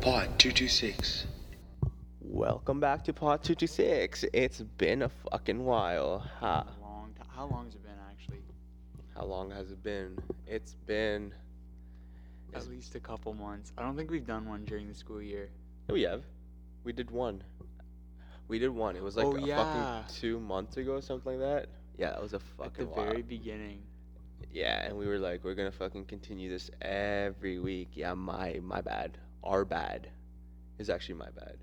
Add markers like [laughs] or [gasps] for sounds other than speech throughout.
Pod 226. Welcome back to Pod 226. It's been a fucking while. Ha. A long time. How long has it been actually? How long has it been? It's been. It's- At least a couple months. I don't think we've done one during the school year. No, we have. We did one. We did one. It was like Oh, a yeah. fucking two months ago or something like that. Yeah, that was a fucking At the while. very beginning. Yeah, and we were like, we're gonna fucking continue this every week. Yeah, my my bad. Our bad. Is actually my bad.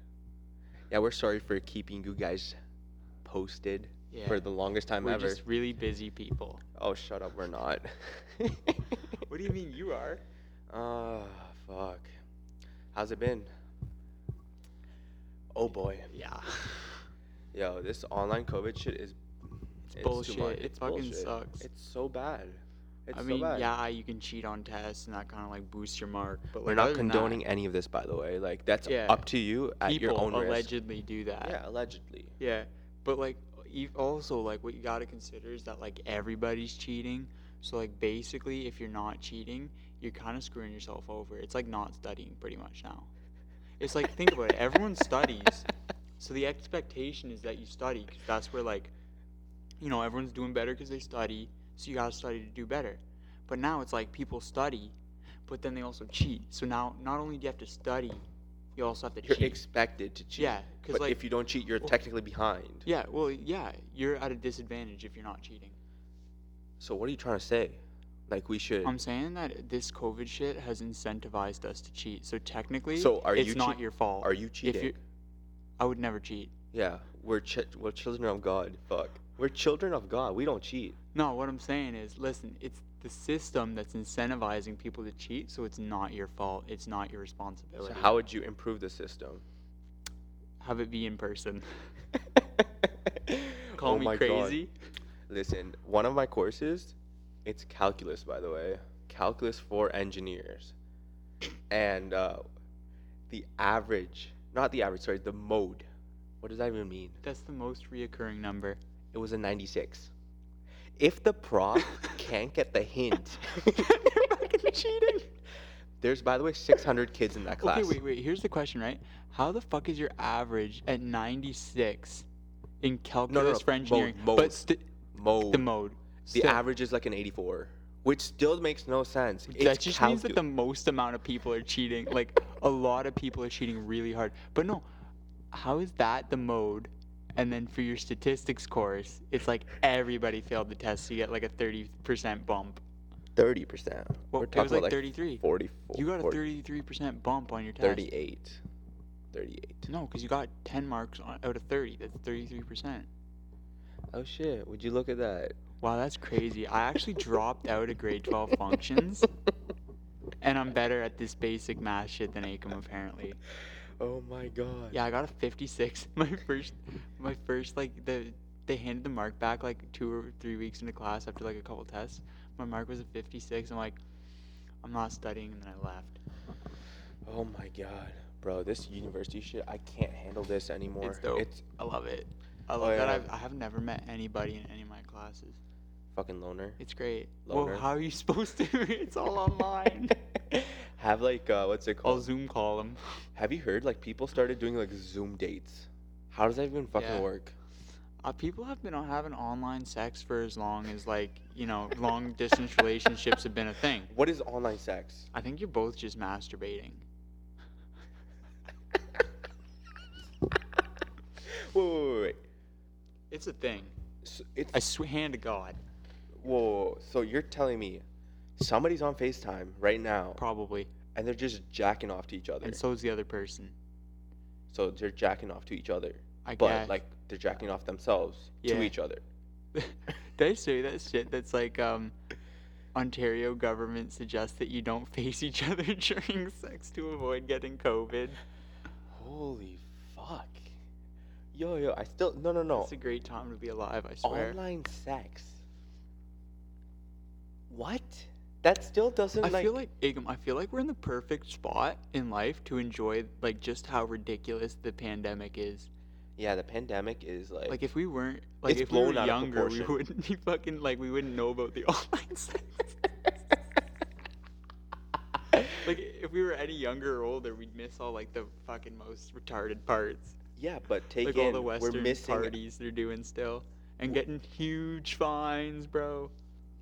Yeah, we're sorry for keeping you guys posted Yeah. for the longest time We're ever. just really busy people. Oh, shut up. We're not. [laughs] What do you mean you are? Oh, fuck. How's it been? Oh boy. Yeah. Yo, this online COVID shit is It's, it's too bullshit. much. It It's fucking bullshit. sucks. it's so bad. [laughs] It's I so mean, bad. yeah, you can cheat on tests and that kind of like boosts your mark, but We're like, not other than that, condoning any of this, by the way. Like that's Yeah. up to you at people your own risk. allegedly do that. Yeah, allegedly. Yeah, but like ev- also like what you gotta consider is that like everybody's cheating. So like basically, if you're not cheating, you're kind of screwing yourself over. It's like not studying pretty much now. It's like think about it. Everyone studies, so the expectation is that you study 'cause that's where like, you know, everyone's doing better because they study. So you gotta study to do better. But now it's like people study, but then they also cheat. So now not only do you have to study, you also have to You're cheat. expected to cheat. Yeah, 'cause, but like- if you don't cheat, you're Well- technically behind. Yeah, well, yeah, you're at a disadvantage if you're not cheating. So what are you trying to say? Like we should. I'm saying that this COVID shit has incentivized us to cheat. So technically, So are it's you not cheat- your fault. are you If cheating? I would never cheat. Yeah, we're ch- we're children of God. Fuck, we're children of God. We don't cheat. No, what I'm saying is, listen, it's the system that's incentivizing people to cheat, so it's not your fault. It's not your So responsibility. how would you improve the [laughs] system? have it be in person? [laughs] Call Oh me my God. crazy. Listen, one of my courses, it's calculus, by the way, calculus for engineers, and uh, the average, not the average, sorry, the mode. What does that even mean? That's the most reoccurring number. It was a 96. If the [laughs] prof can't get the hint, cheating. there's by the way 600 kids in that class. Okay, wait, wait. Here's the question, right? How the fuck is your average at 96 in calculus no, for mode, engineering, mode. but sti- Mode. the mode? The still, average is like an 84, which still makes no sense. that It's just means that the most amount of people are cheating. Like a lot of people are cheating really hard. But no, how is that the mode? And then for your statistics course, it's like everybody failed the test, so you get like a 30% bump. 30%. Well, We're it was talking like, about 33. 44. You got a 40 33% bump on your test. 38. 38. No, because you got 10 marks on, out of 30. That's 33%. Oh shit, would you look at that? Wow, that's crazy. I actually dropped out of grade 12 functions, and I'm better at this basic math shit than Acom apparently. [laughs] Oh my god. Yeah, I got a 56. [laughs] My first, my first like the they handed the mark back like two or three weeks into class after like a couple tests. My mark was a 56. I'm like, I'm not studying, and then I left. Oh my god. Bro, this university shit, I can't handle this anymore. It's dope. It's I love it. I Oh, love that. yeah. I've, I have never met anybody in any of my classes. fucking loner. It's great. Loner. Well, how are you [laughs] supposed to? it's [laughs] all online. Have like uh what's it I'll called? Zoom call them. Have you heard like people started doing like Zoom dates? How does that even fucking Yeah. work? Uh, people have been on- having online sex for as long as like you know long distance relationships have been a thing. What is online sex? I think you're both just masturbating. Wait, wait, wait, wait. It's a thing. So it's I swear, hand to God, Whoa, whoa, whoa. so you're telling me somebody's on FaceTime right now probably. and they're just jacking off to each other. And so, so is the other person. [laughs] they're jacking off to each other. I But guess. like they're jacking off themselves to Yeah. each other. did I say that shit? That's like um, Ontario government suggests that you don't face each [laughs] other during sex to avoid getting COVID. Holy fuck. Yo yo, I still no no no. It's a great time to be alive. I swear. Online sex. What? That still doesn't I like, feel like Igam, I feel like we're in the perfect spot in life to enjoy like just how ridiculous the pandemic is. Yeah, the pandemic is like, Like if we weren't like It's if we were blown out of younger, we proportion. wouldn't be [laughs] fucking like we wouldn't know about the online sex. like if we were any younger or older, we'd miss all like the fucking most retarded parts. [laughs] yeah, but take like in all the Western we're missing. parties they're doing still, and getting huge fines, bro.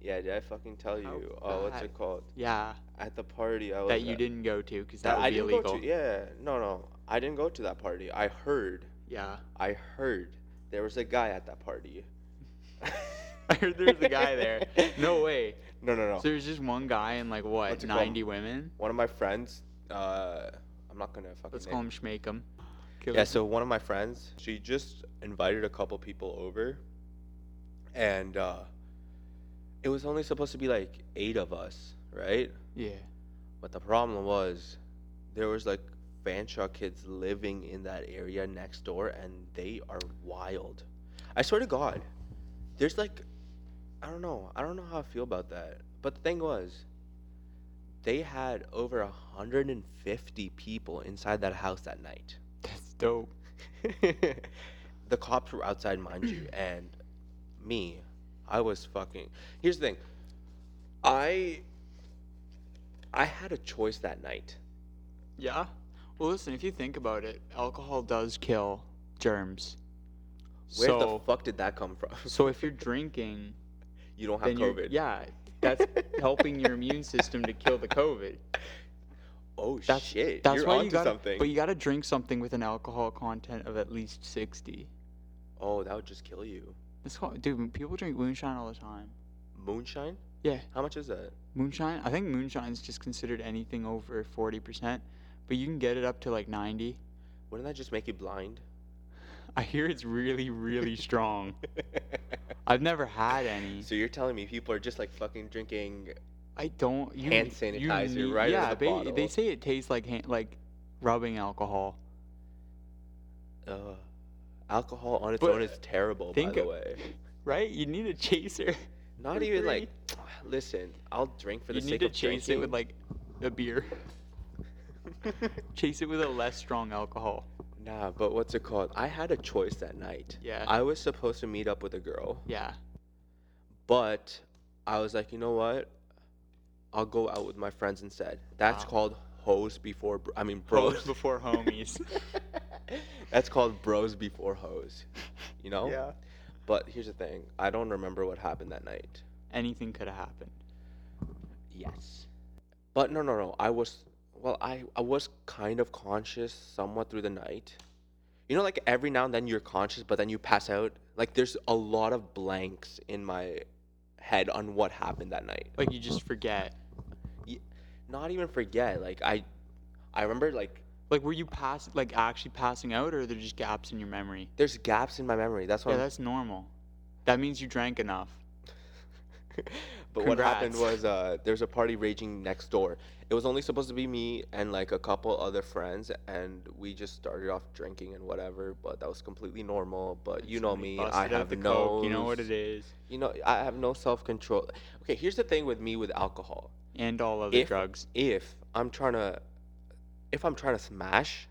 Yeah, did I fucking tell How you? Oh, what's bad? it called? Yeah, At the party I was that you at- didn't go to because Oh, that that, would I be didn't illegal. go to. Yeah, no, no, I didn't go to that party. I heard, yeah. [laughs] I heard there was a guy at that party. [laughs] I heard there was a guy there. No way. No, no, no. So there's just one guy and like what, What's it called? 90 women? one of my friends, uh, I'm not gonna fucking. Let's name call him Schmake'em. Kill Yeah, him. so one of my friends, she just invited a couple people over, and uh, it was only supposed to be like eight of us, right? Yeah. But the problem was, there was like Fanshawe kids living in that area next door, and they are wild. I swear to God, there's like, I don't know, I don't know how I feel about that. But the thing was, they had over 150 people inside that house that night. That's dope. the cops were outside, mind [clears throat] you, and me, I was fucking. Here's the thing, I, I had a choice that night. Yeah. Well, listen, if you think about it, alcohol does kill germs. Where so, the fuck did that come from? [laughs] so if you're drinking, You don't have then you're COVID. yeah, that's helping your immune system to kill the COVID. Oh That's shit. That's you're why onto you got something. But you got to drink something with an alcohol content of at least 60. Oh, that would just kill you. That's called, dude, people drink moonshine all the time. Moonshine? Yeah, How much is that? moonshine. I think moonshine's just considered anything over 40%, but you can get it up to like 90. Wouldn't that just make you [laughs] blind? I hear it's really, [laughs] really strong. I've never had any. so you're telling me people are just like fucking drinking? I don't. You, Hand you sanitizer need- right out of Yeah, the ba- they bottle. say it tastes like hand, like rubbing alcohol. Uh, alcohol on its But own is terrible. think by the of- way, Right? You need a chaser. not for even free. like. Listen, I'll drink for the you sake need to of chase it with like a beer. [laughs] chase it with a less strong alcohol. [laughs] Nah, but what's it called? I had a choice that night. Yeah. I was supposed to meet up with a girl. Yeah. But I was like, you know what? I'll go out with my friends instead. That's Wow. called hoes before. Bro- I mean, [laughs] Bros bros. before homies. [laughs] That's called bros before hoes. You know. Yeah. But here's the thing. I don't remember what happened that night. [laughs] Anything could have happened. Yes. But no, no, no. I was well. I I was kind of conscious somewhat through the night. You know, like every now and then you're conscious, but then you pass out. Like there's a lot of blanks in my head on what happened that night. Like you just forget. not even forget like i i remember like Like were you pass like actually passing out or are there just gaps in your memory? there's gaps in my memory that's what Yeah, I'm- that's normal. That means you drank enough. [laughs] but what happened Congrats. was uh there's a party raging next door it was only supposed to be me and like a couple other friends and we just started off drinking and whatever but that was completely normal but you know Somebody me i busted out have the no coke, You know what it is. you know i have no self-control okay here's the thing with me with alcohol And all other If- drugs. if i'm trying to if i'm trying to smash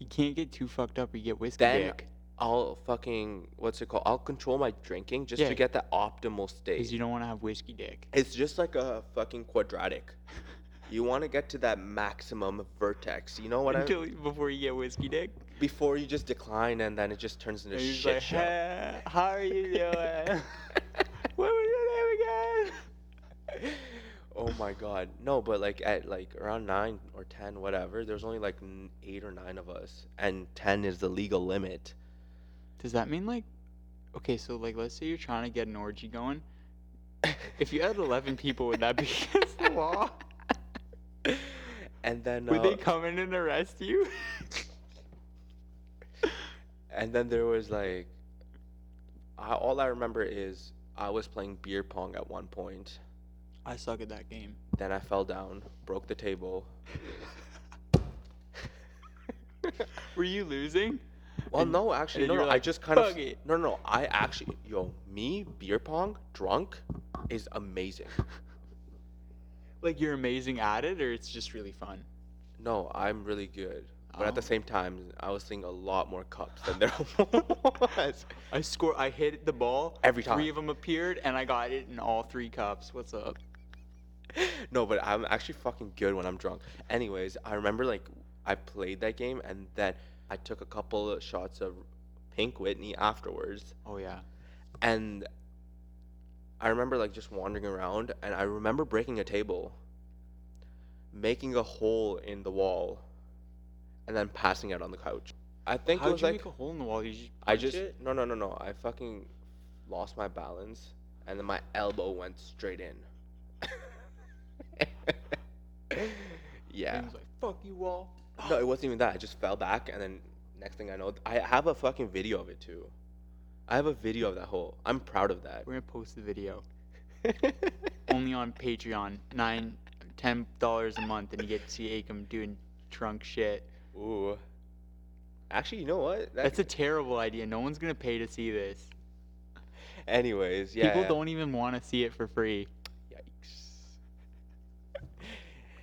You can't get too fucked up or you get whiskey Then- dick. I'll fucking what's it called? I'll control my drinking just Yeah. to get the optimal Because state. you don't want to have whiskey dick. it's just like a fucking quadratic. you want to get to that maximum vertex. You know what I mean? [laughs] Until before you get whiskey dick. Before you just decline and then it just turns into And he's shit like, show. "Huh, how are you [laughs] doing? [laughs] what was your name again? [laughs] oh my god. No, but like at like around 9 or 10 whatever, there's only like n- 8 or 9 of us and 10 is the legal limit. [laughs] Does that mean like, okay, so like, let's say you're trying to get an orgy going. If you had 11 people, would [laughs] that be against the law? And then Would uh, they come in and arrest you? And then there was like, I, all I remember is I was playing beer pong at one point. [laughs] I suck at that game. Then I fell down, broke the table. Were you losing? Well, And- no, actually, and no, you were no, I like, just kind of "Fuck it." no, no, no. I actually, yo, me beer pong drunk is amazing. Like you're amazing at it, or it's just really fun? No, I'm really good. But at the Oh. same time, I was seeing a lot more cups than there [laughs] was. I score. I hit the ball Every time. Three of them appeared, and I got it in all three cups. What's up? no, but I'm actually fucking good when I'm drunk. Anyways, I remember like I played that game and then I took a couple of shots of Pink Whitney afterwards, Oh yeah. and I remember like just wandering around and I remember breaking a table, making a hole in the wall, and then passing out on the couch. I think How'd it was you like make a hole in the wall? Did you I punch just it? no no no no. I fucking lost my balance and then my elbow went straight in. [laughs] yeah. And was like, "Fuck you, wall." No, it wasn't even that. I just fell back and then next thing I know, I have a fucking video of it too. I have a video of that hole. I'm proud of that. We're gonna post the video [laughs] only on Patreon. Nine, ten dollars a month, and you get to see Akam doing drunk shit. Ooh. Actually, you know what? That- That's a terrible idea. No one's gonna pay to see this. Anyways, yeah. People yeah. don't even want to see it for free. Yikes.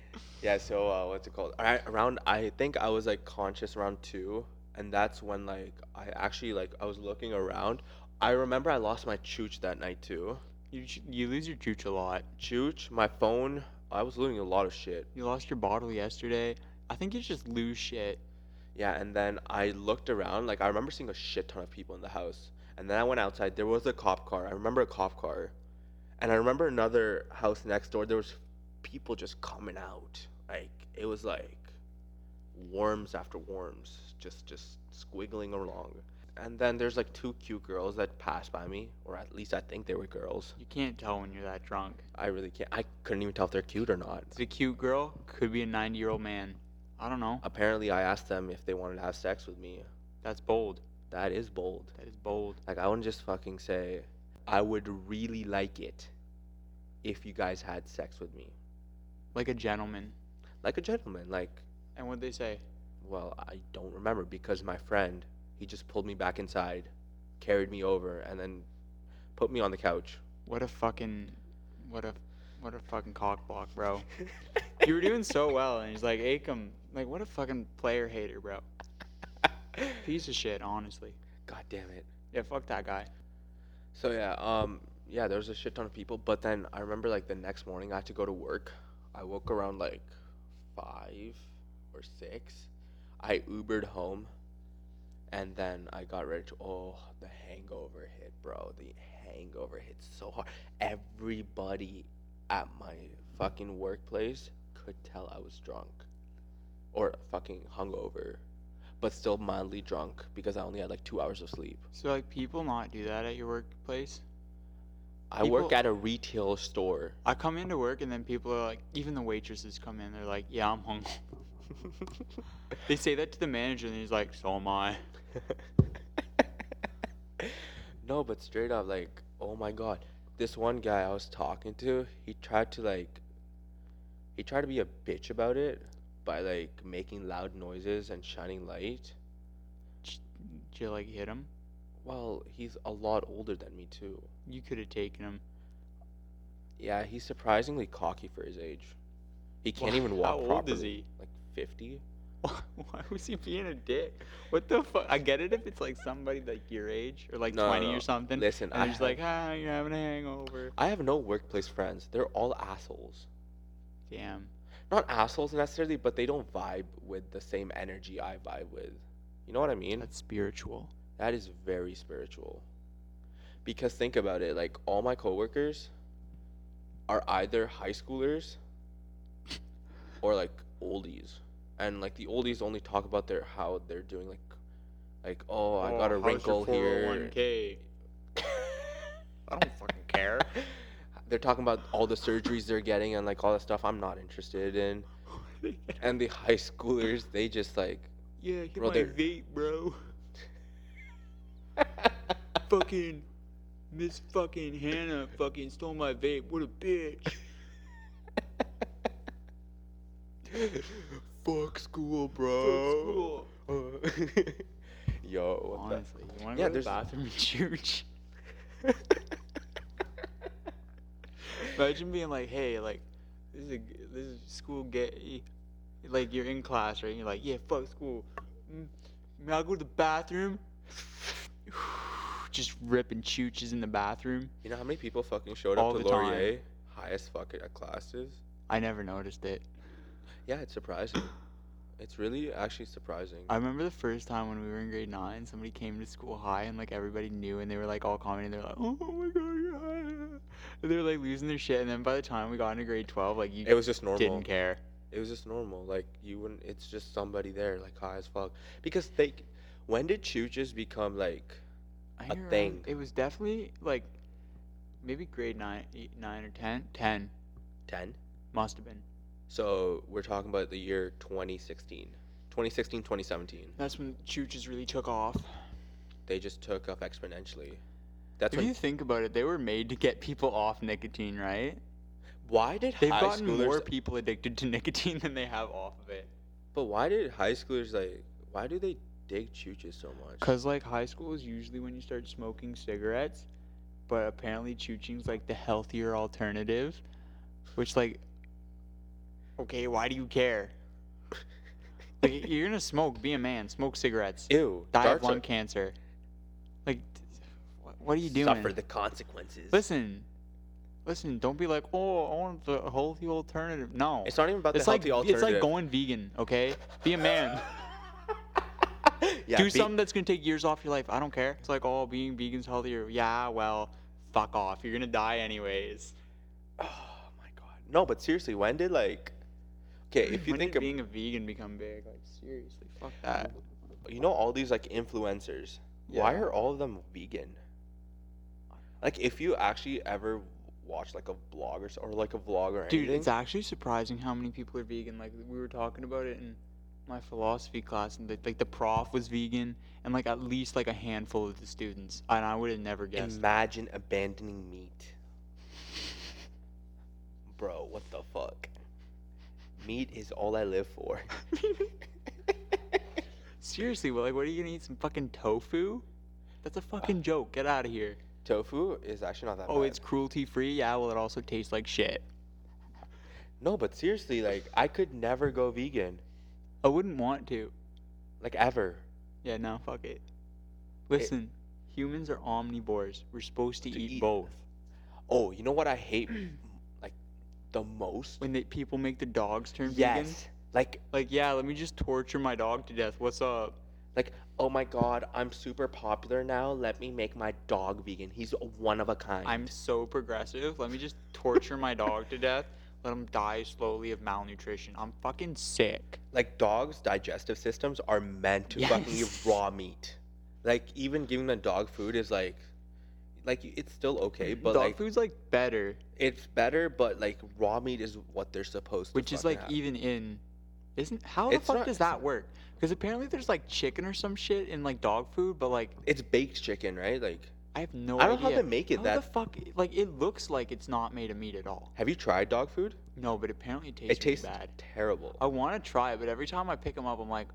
[laughs] yeah, so uh, what's it called? I, around, I think I was like conscious around two, and that's when like I actually like I was looking around. I remember I lost my chooch that night too. You ch- you lose your chooch a lot. Chooch, my phone. I was losing a lot of shit. You lost your bottle yesterday. I think you just lose shit. Yeah, and then I looked around. Like I remember seeing a shit ton of people in the house. And then I went outside. There was a cop car. I remember a cop car. And I remember another house next door. There was people just coming out. Like it was like worms after worms, just just squiggling along. And then there's like two cute girls that passed by me, or at least I think they were girls. You can't tell when you're that drunk. I really can't. I couldn't even tell if they're cute or not. It's a cute girl. Could be a 90 year old man. I don't know. Apparently, I asked them if they wanted to have sex with me. That's bold. That is bold. That is bold. Like I wouldn't just fucking say, I would really like it if you guys had sex with me. Like a gentleman. Like a gentleman. Like, And what'd they say? well, I don't remember because my friend, he just pulled me back inside, carried me over, and then put me on the couch. What a fucking, what a, what a fucking cock block, [laughs] bro. you were doing so well, and he's like, Akam, like, what a fucking player [laughs] hater, bro. Piece of shit, honestly. God damn it. Yeah, fuck that guy. So yeah, um, yeah, there was a shit ton of people. But then I remember like the next morning I had to go to work. I woke around like five or six. I Ubered home, and then I got ready to. Oh, the hangover hit, bro. The hangover hit so hard. Everybody at my fucking workplace could tell I was drunk, or fucking hungover, but still mildly drunk because I only had like two hours of sleep. So, like, people not do that at your workplace? I work People- at a retail [laughs] store. I come into work, and then people are like, even the waitresses come in, they're like, yeah, I'm hung. [laughs] They say that to the manager, and he's like, so am I. no, but straight up, like, oh my god, this one guy I was talking to, he tried to like, he tried to be a bitch about it by like making loud noises and shining light. Ch- Did you, like, hit him? Well, he's a lot older than me too. You could have taken him. Yeah, he's surprisingly cocky for his age. He can't Wha- even walk [laughs] How old properly. is he? Like fifty. [laughs] Why was he being a dick? What the fuck? I get it if it's like somebody like your age or like No, no, 20 no. or something. Listen, and I they're just have- like, ah, you're having a hangover. I have no workplace friends. They're all assholes. Damn. not assholes necessarily, but they don't vibe with the same energy I vibe with. You know what I mean? That's spiritual. That is very spiritual. Because think about it, like all my coworkers are either high schoolers or like oldies. And like the oldies only talk about their how they're doing like like oh, I got a wrinkle oh here. [laughs] I don't fucking [laughs] care. They're talking about all the surgeries they're getting and like all that stuff I'm not interested in. And the high schoolers, they just like [laughs] yeah, hit Bro, my they're- vape, [laughs] bro. fucking Miss fucking Hannah fucking stole my vape. What a bitch. [laughs] Fuck school, Uh, bro. [laughs] Yo, what the- Honestly, you Yeah, want to go to there's- the bathroom and [laughs] chooch? Imagine being like, hey, like, this is a, g- this is school gay. Like, you're in class, right? And you're like, yeah, fuck school. Mm, May I go to the bathroom? [sighs] Just ripping chooches in the bathroom. You know how many people fucking showed All up to the time. Laurier high as fuck at classes. I never noticed it. Yeah, it's surprising. It's really actually surprising. I remember the first time when we were in grade nine, somebody came to school high and like everybody knew and they were like all commenting. They're like, oh my god, you're high." And they were like losing their shit. And then by the time we got into grade 12, like you It was just normal. didn't care. It was just normal. Like you wouldn't. It's just somebody there, like high as fuck. Because they, when did chooches become like? I a think it was- thing. It was definitely like maybe grade nine, eight, nine or 10. 10 10 must have been. so we're talking about the year 2016 2016 2017 That's when chooches really took off. they just took off exponentially that's if you when, think about it, they were made to get people off nicotine, right? why did They've high gotten schoolers [laughs] more people addicted to nicotine than they have off of it. but why did high schoolers like why do they dig chooches so much Cause like high school is usually when you start smoking cigarettes, but apparently chooching's like the healthier alternative, which like, okay, why do you care? [laughs] like you're gonna smoke, be a man, smoke cigarettes, ew die of darts lung are- cancer. Like, what, what are you doing? suffer the consequences Listen, listen, don't be like, oh, I want the healthy alternative. No, it's not even about It's the like healthy alternative it's like going vegan. Okay, be a man. [laughs] [laughs] yeah, do be- something that's gonna take years off your life. I don't care. It's like, oh, being vegan's healthier. Yeah, well, fuck off. You're gonna die anyways. oh my god no but seriously when did like okay if you When think did of being a vegan become big, like seriously, fuck that. you know all these like influencers why Yeah. are all of them vegan like if you actually ever watch like a blog or, s- or like a vlog or Dude, anything it's actually surprising how many people are vegan. Like we were talking about it in my philosophy class, and the, like the prof was vegan, and like at least like a handful of the students, and I would have never guessed. imagine abandoning meat bro what the fuck meat is all i live for [laughs] Seriously, well, like, what are you gonna eat? Some fucking tofu? That's a fucking joke. Get out of here. tofu is actually not that Oh, bad. it's cruelty free. Yeah, well, it also tastes like shit. no but seriously like i could never go vegan I wouldn't want to. like ever Yeah, no, fuck it. Listen, humans are omnivores. We're supposed to, To eat, eat. both. oh you know what i hate [clears throat] like the most When they, people make the dogs turn vegan, yes like like, yeah, let me just torture my dog to death. What's up? Like, oh my god, I'm super popular now. Let me make my dog vegan. He's one of a kind. I'm so progressive. Let me just torture my dog to death. Let him die slowly of malnutrition. I'm fucking sick. like dogs' digestive systems are meant to fucking eat Yes. raw meat. Like even giving a dog food is like like it's still okay, but Mm-hmm. dog like food's like better, it's better, but like raw meat is what they're supposed to which is fucking like e- have. even in. Isn't how the It's fuck not- does that work? Because apparently there's like chicken or some shit in like dog food, but like it's baked chicken, right? Like I have no I idea. don't know how they make it How that the fuck? Like it looks like it's not made of meat at all. have you tried dog food? No, but apparently it tastes, It tastes really bad. terrible. Um, I want to try it, but every time I pick them up, I'm like,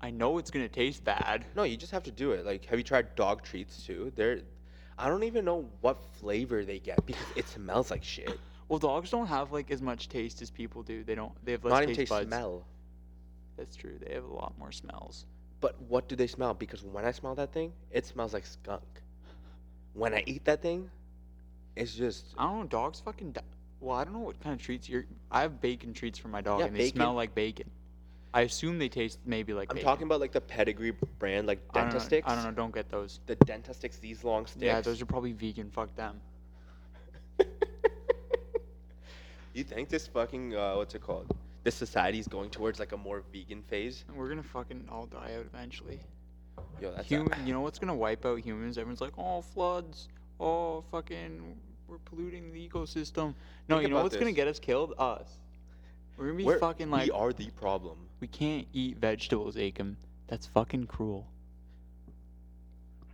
I know it's gonna taste bad. No, you just have to do it. Like, have you tried dog treats too? They're, I don't even know what flavor they get because it smells like [coughs] shit. Well, dogs don't have like as much taste as people do. They don't. They have less Not even taste taste buds. smell. That's true. They have a lot more smells. But what do they smell? Because when I smell that thing, it smells like skunk. When I eat that thing, it's just I don't know. Dogs fucking. Di- well, I don't know what kind of treats you're. I have bacon treats for my dog, Yeah, and they smell bacon. like bacon. I assume they taste maybe like. I'm bacon. talking about like the pedigree brand, like I don't know- Dentasticks. I don't know. Don't get those. The Dentasticks, these long sticks. Yeah, those are probably vegan. Fuck them. You think this fucking uh, what's it called? This society is going towards like a more vegan phase. We're gonna fucking all die out eventually. Yo, that's a- Human, you know what's gonna wipe out humans? Everyone's like, oh, floods, oh, fucking, we're polluting the ecosystem. No, Think you know about what's gonna this. get us killed? Us. We're gonna be We're- fucking like, we are the problem. we can't eat vegetables, Acom. That's fucking cruel.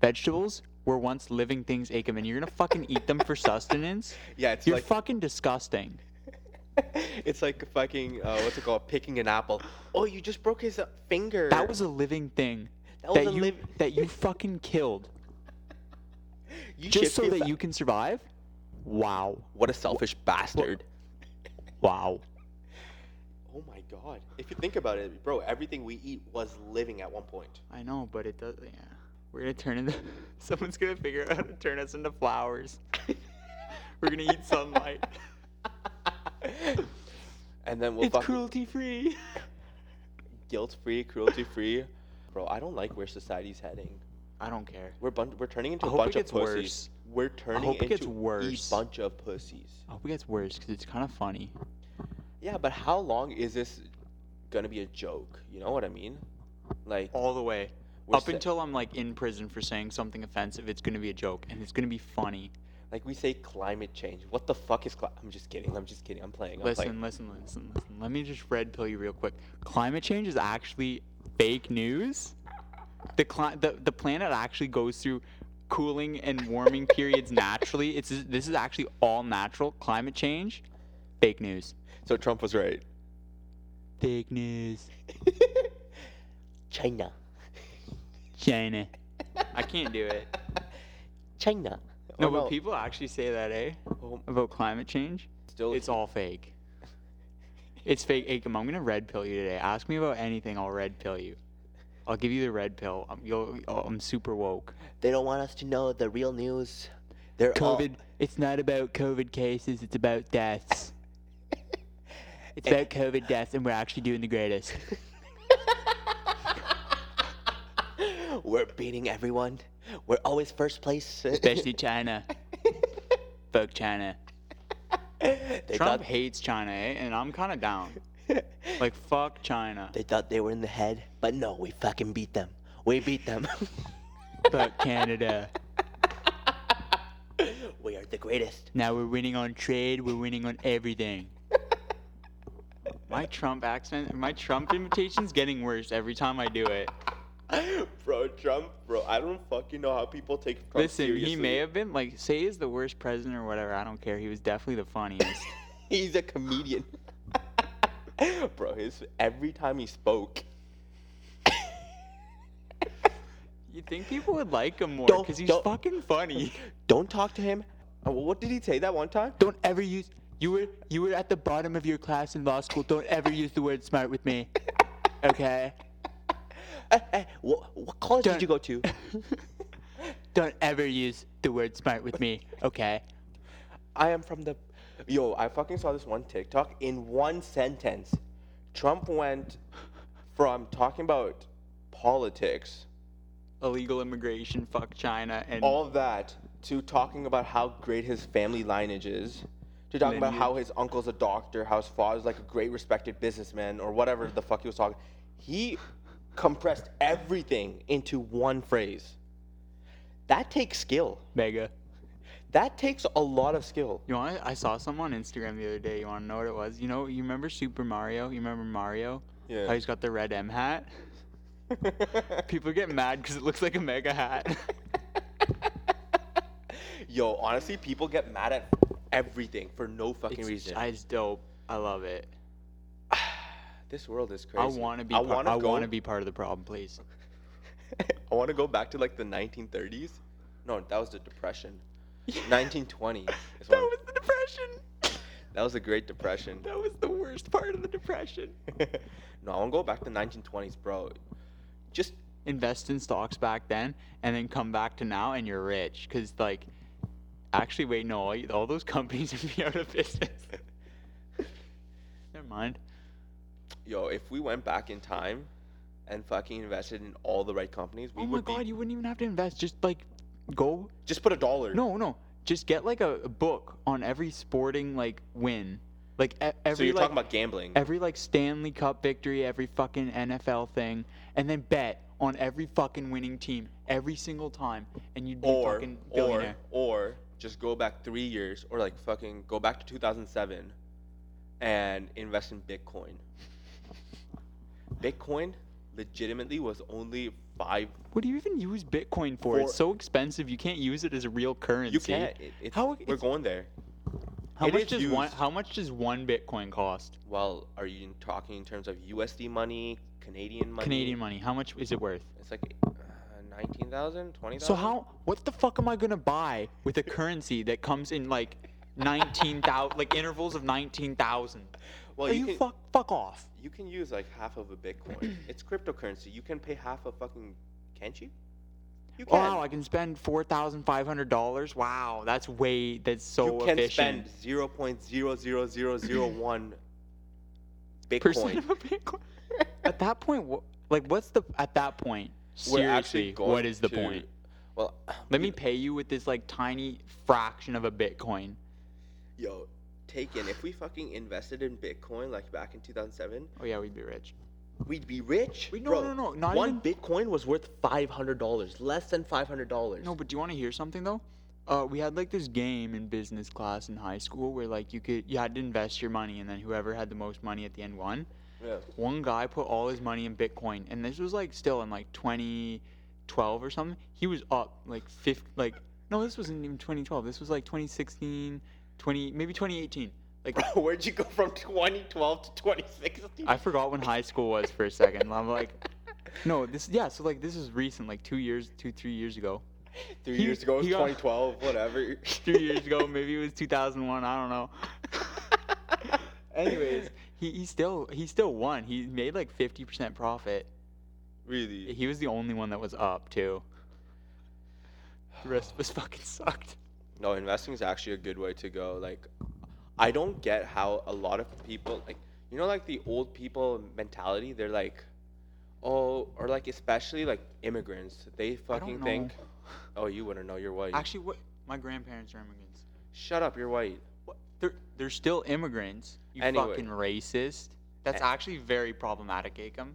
Vegetables were once living things, Acom, and you're gonna fucking eat them [laughs] for sustenance? Yeah, it's You're like fucking disgusting. [laughs] it's like fucking uh, what's it called? Picking an apple. Oh, you just broke his uh, finger. That was a living thing That was that a you liv- that you [laughs] fucking killed you should just so feel that ba- you can survive. Wow. What a selfish bastard. Wow. Oh my god. If you think about it, bro, everything we eat was living at one point. [laughs] I know, but it does. Yeah, we're gonna turn into. [laughs] [laughs] Someone's gonna figure out how to turn us into flowers. we're gonna eat sunlight. and then we'll it's fucking cruelty free. guilt free, cruelty free. Bro, I don't like where society's heading. I don't care. We're bun- we're turning into I a hope it bunch of gets pussies. worse. We're turning hope it into gets worse. a bunch of pussies. I hope it gets worse because it's kind of funny. Yeah, but how long is this gonna be a joke? You know what I mean? Like All the way. we're Up sa- until I'm like in prison for saying something offensive, it's gonna be a joke and it's gonna be funny. like we say climate change. What the fuck is cli I'm just kidding. I'm just kidding. I'm playing. I'm Listen, playing. listen, listen, listen. Let me just red pill you real quick. Climate change is actually fake news. The cli- the, the planet actually goes through cooling and [laughs] warming periods naturally. It's this is actually all natural. Climate change, fake news. So Trump was right. Fake [laughs] news. China. China. I can't do it. China. No, Oh, but people actually say that, eh? Oh, About climate change. still It's all fake. It's fake. Akam, I'm gonna red pill you today. Ask me about anything, I'll red pill you. I'll give you the red pill. I'm, you'll, oh, I'm super woke. They don't want us to know the real news. They're all- COVID. It's not about COVID cases. It's [laughs] about deaths. It's about COVID deaths, and we're actually doing the greatest. [gasps] We're beating everyone. We're always first place. [laughs] Especially China. Fuck China. they Trump thought hates China, eh? and I'm kind of down. [laughs] Like fuck China. they thought they were in the head, but no, we fucking beat them. We beat them. [laughs] Fuck Canada. we are the greatest. Now we're winning on trade. We're winning on everything. my Trump accent, my Trump imitation's getting worse every time I do it. [laughs] Bro, Trump, bro, I don't fucking know how people take Trump Listen, he may have been like, say he's the worst president or whatever. I don't care. He was definitely the [laughs] funniest. [laughs] He's a comedian. bro, his every time he spoke. you think people would like him more Don't- because he's don't- fucking funny. Don't talk to him. Uh, What did he say that one time? [laughs] Don't ever use. You were you were at the bottom of your class in law school. Don't ever use the word smart with [laughs] me. Okay. Eh, eh, what, what college Don't- [laughs] did you go to? Don't ever use the word smart with me. Okay. I am from the. Yo, I fucking saw this one TikTok in one sentence. Trump went from talking about politics, Illegal immigration. Fuck China and all that, to talking about how great his family lineage is, to talking about how his uncle's a doctor, how his father's like a great respected businessman, or whatever the fuck he was talking. He compressed everything into one phrase. That takes skill. mega. That takes a lot of [laughs] skill. You want? I saw some on Instagram the other day. You want to know what it was? You know, you remember Super Mario? You remember Mario? Yeah. How he's got the red M hat. People get mad because it looks like a mega hat. Yo, honestly, people get mad at everything for no [laughs] fucking it's, reason. it's dope. I love it. this world is crazy. I want to be. I par- want to I go. want to be part of the problem, please. [laughs] I want to go back to like the 1930s. No, that was the depression. 1920. [laughs] is when- the depression. that was the Great Depression. [laughs] That was the worst part of the depression. [laughs] no, I want to go back to 1920s, bro. Just Invest in stocks back then, and then come back to now, and you're rich. Cause like, actually, wait, no, all, all those [laughs] companies would be out of business. [laughs] Never mind. yo, if we went back in time and fucking invested in all the right companies, we oh my would god, be you wouldn't even have to invest. Just like go. just put a dollar. No, no. Just get like a, a book on every sporting like win. Like e- every so you're like, talking about gambling. every like Stanley Cup victory, every fucking NFL thing, and then bet on every fucking winning team every single time, and you'd be a or fucking or billionaire. or just go back three years or like fucking go back to 2007 and invest in [laughs] bitcoin bitcoin legitimately was only five What do you even use Bitcoin for? it's For- so expensive. You can't use it as a real currency. you can't it, it's, How- we're it's- going there How it much is does one? used. How much does one Bitcoin cost? well are you talking in terms of usd money canadian money Canadian money. How much is it worth? it's like uh, 19000 20000 So how? What the fuck am I gonna buy with a currency that comes in [laughs] like nineteen thousand, like intervals of nineteen thousand? well Are you, you can, fuck fuck off? you can use like half of a [clears throat] bitcoin it's cryptocurrency you can pay half a fucking can't you you can Wow, I can spend four thousand five hundred dollars. Wow, that's way that's you so can efficient. [laughs] spend 0.00001 percent Bitcoin. of a Bitcoin. [laughs] at that point, what, like, what's the at that point? We're actually Seriously, going what is the to- point? [laughs] Well, [clears throat] Let me pay you with this like tiny fraction of a Bitcoin. yo, take in. If we fucking invested in Bitcoin like back in 2007, Oh yeah, we'd be rich. we'd be rich. Wait, no, bro. no, no, not One even- Bitcoin was worth five hundred dollars, less than five hundred dollars. No, but do you want to hear something though? Uh, we had like this game in business class in high school where like you could you had to invest your money and then whoever had the most money at the end won. Yeah. One guy put all his money in Bitcoin and this was like still in like 2012 or something. He was up like 50 like no, this wasn't even 2012. This was like 2016, 20 maybe 2018. Like Where'd you go from 2012 to 2016? I forgot when high school was for a second. I'm like no, this yeah, so like this is recent like 2 years, 2 3 years ago. Three he- years ago, it was he got- 2012, whatever. [laughs] three years ago. Maybe it was 2001. I don't know. Anyways, [laughs] he, he still he still won. He made like 50% profit. [laughs] Really? He was the only one that was up too. The rest of us fucking sucked. No, investing is actually a good way to go. Like, I don't get how a lot of people, like, you know, like the old people mentality, they're like, oh, or like, especially like immigrants, they fucking know. think, oh, you wouldn't know, you're white. Actually, what my grandparents are immigrants. Shut up, you're white. [laughs] What? They're they're still immigrants. You Anyway. fucking racist. Eh. That's A- actually very problematic, Akam.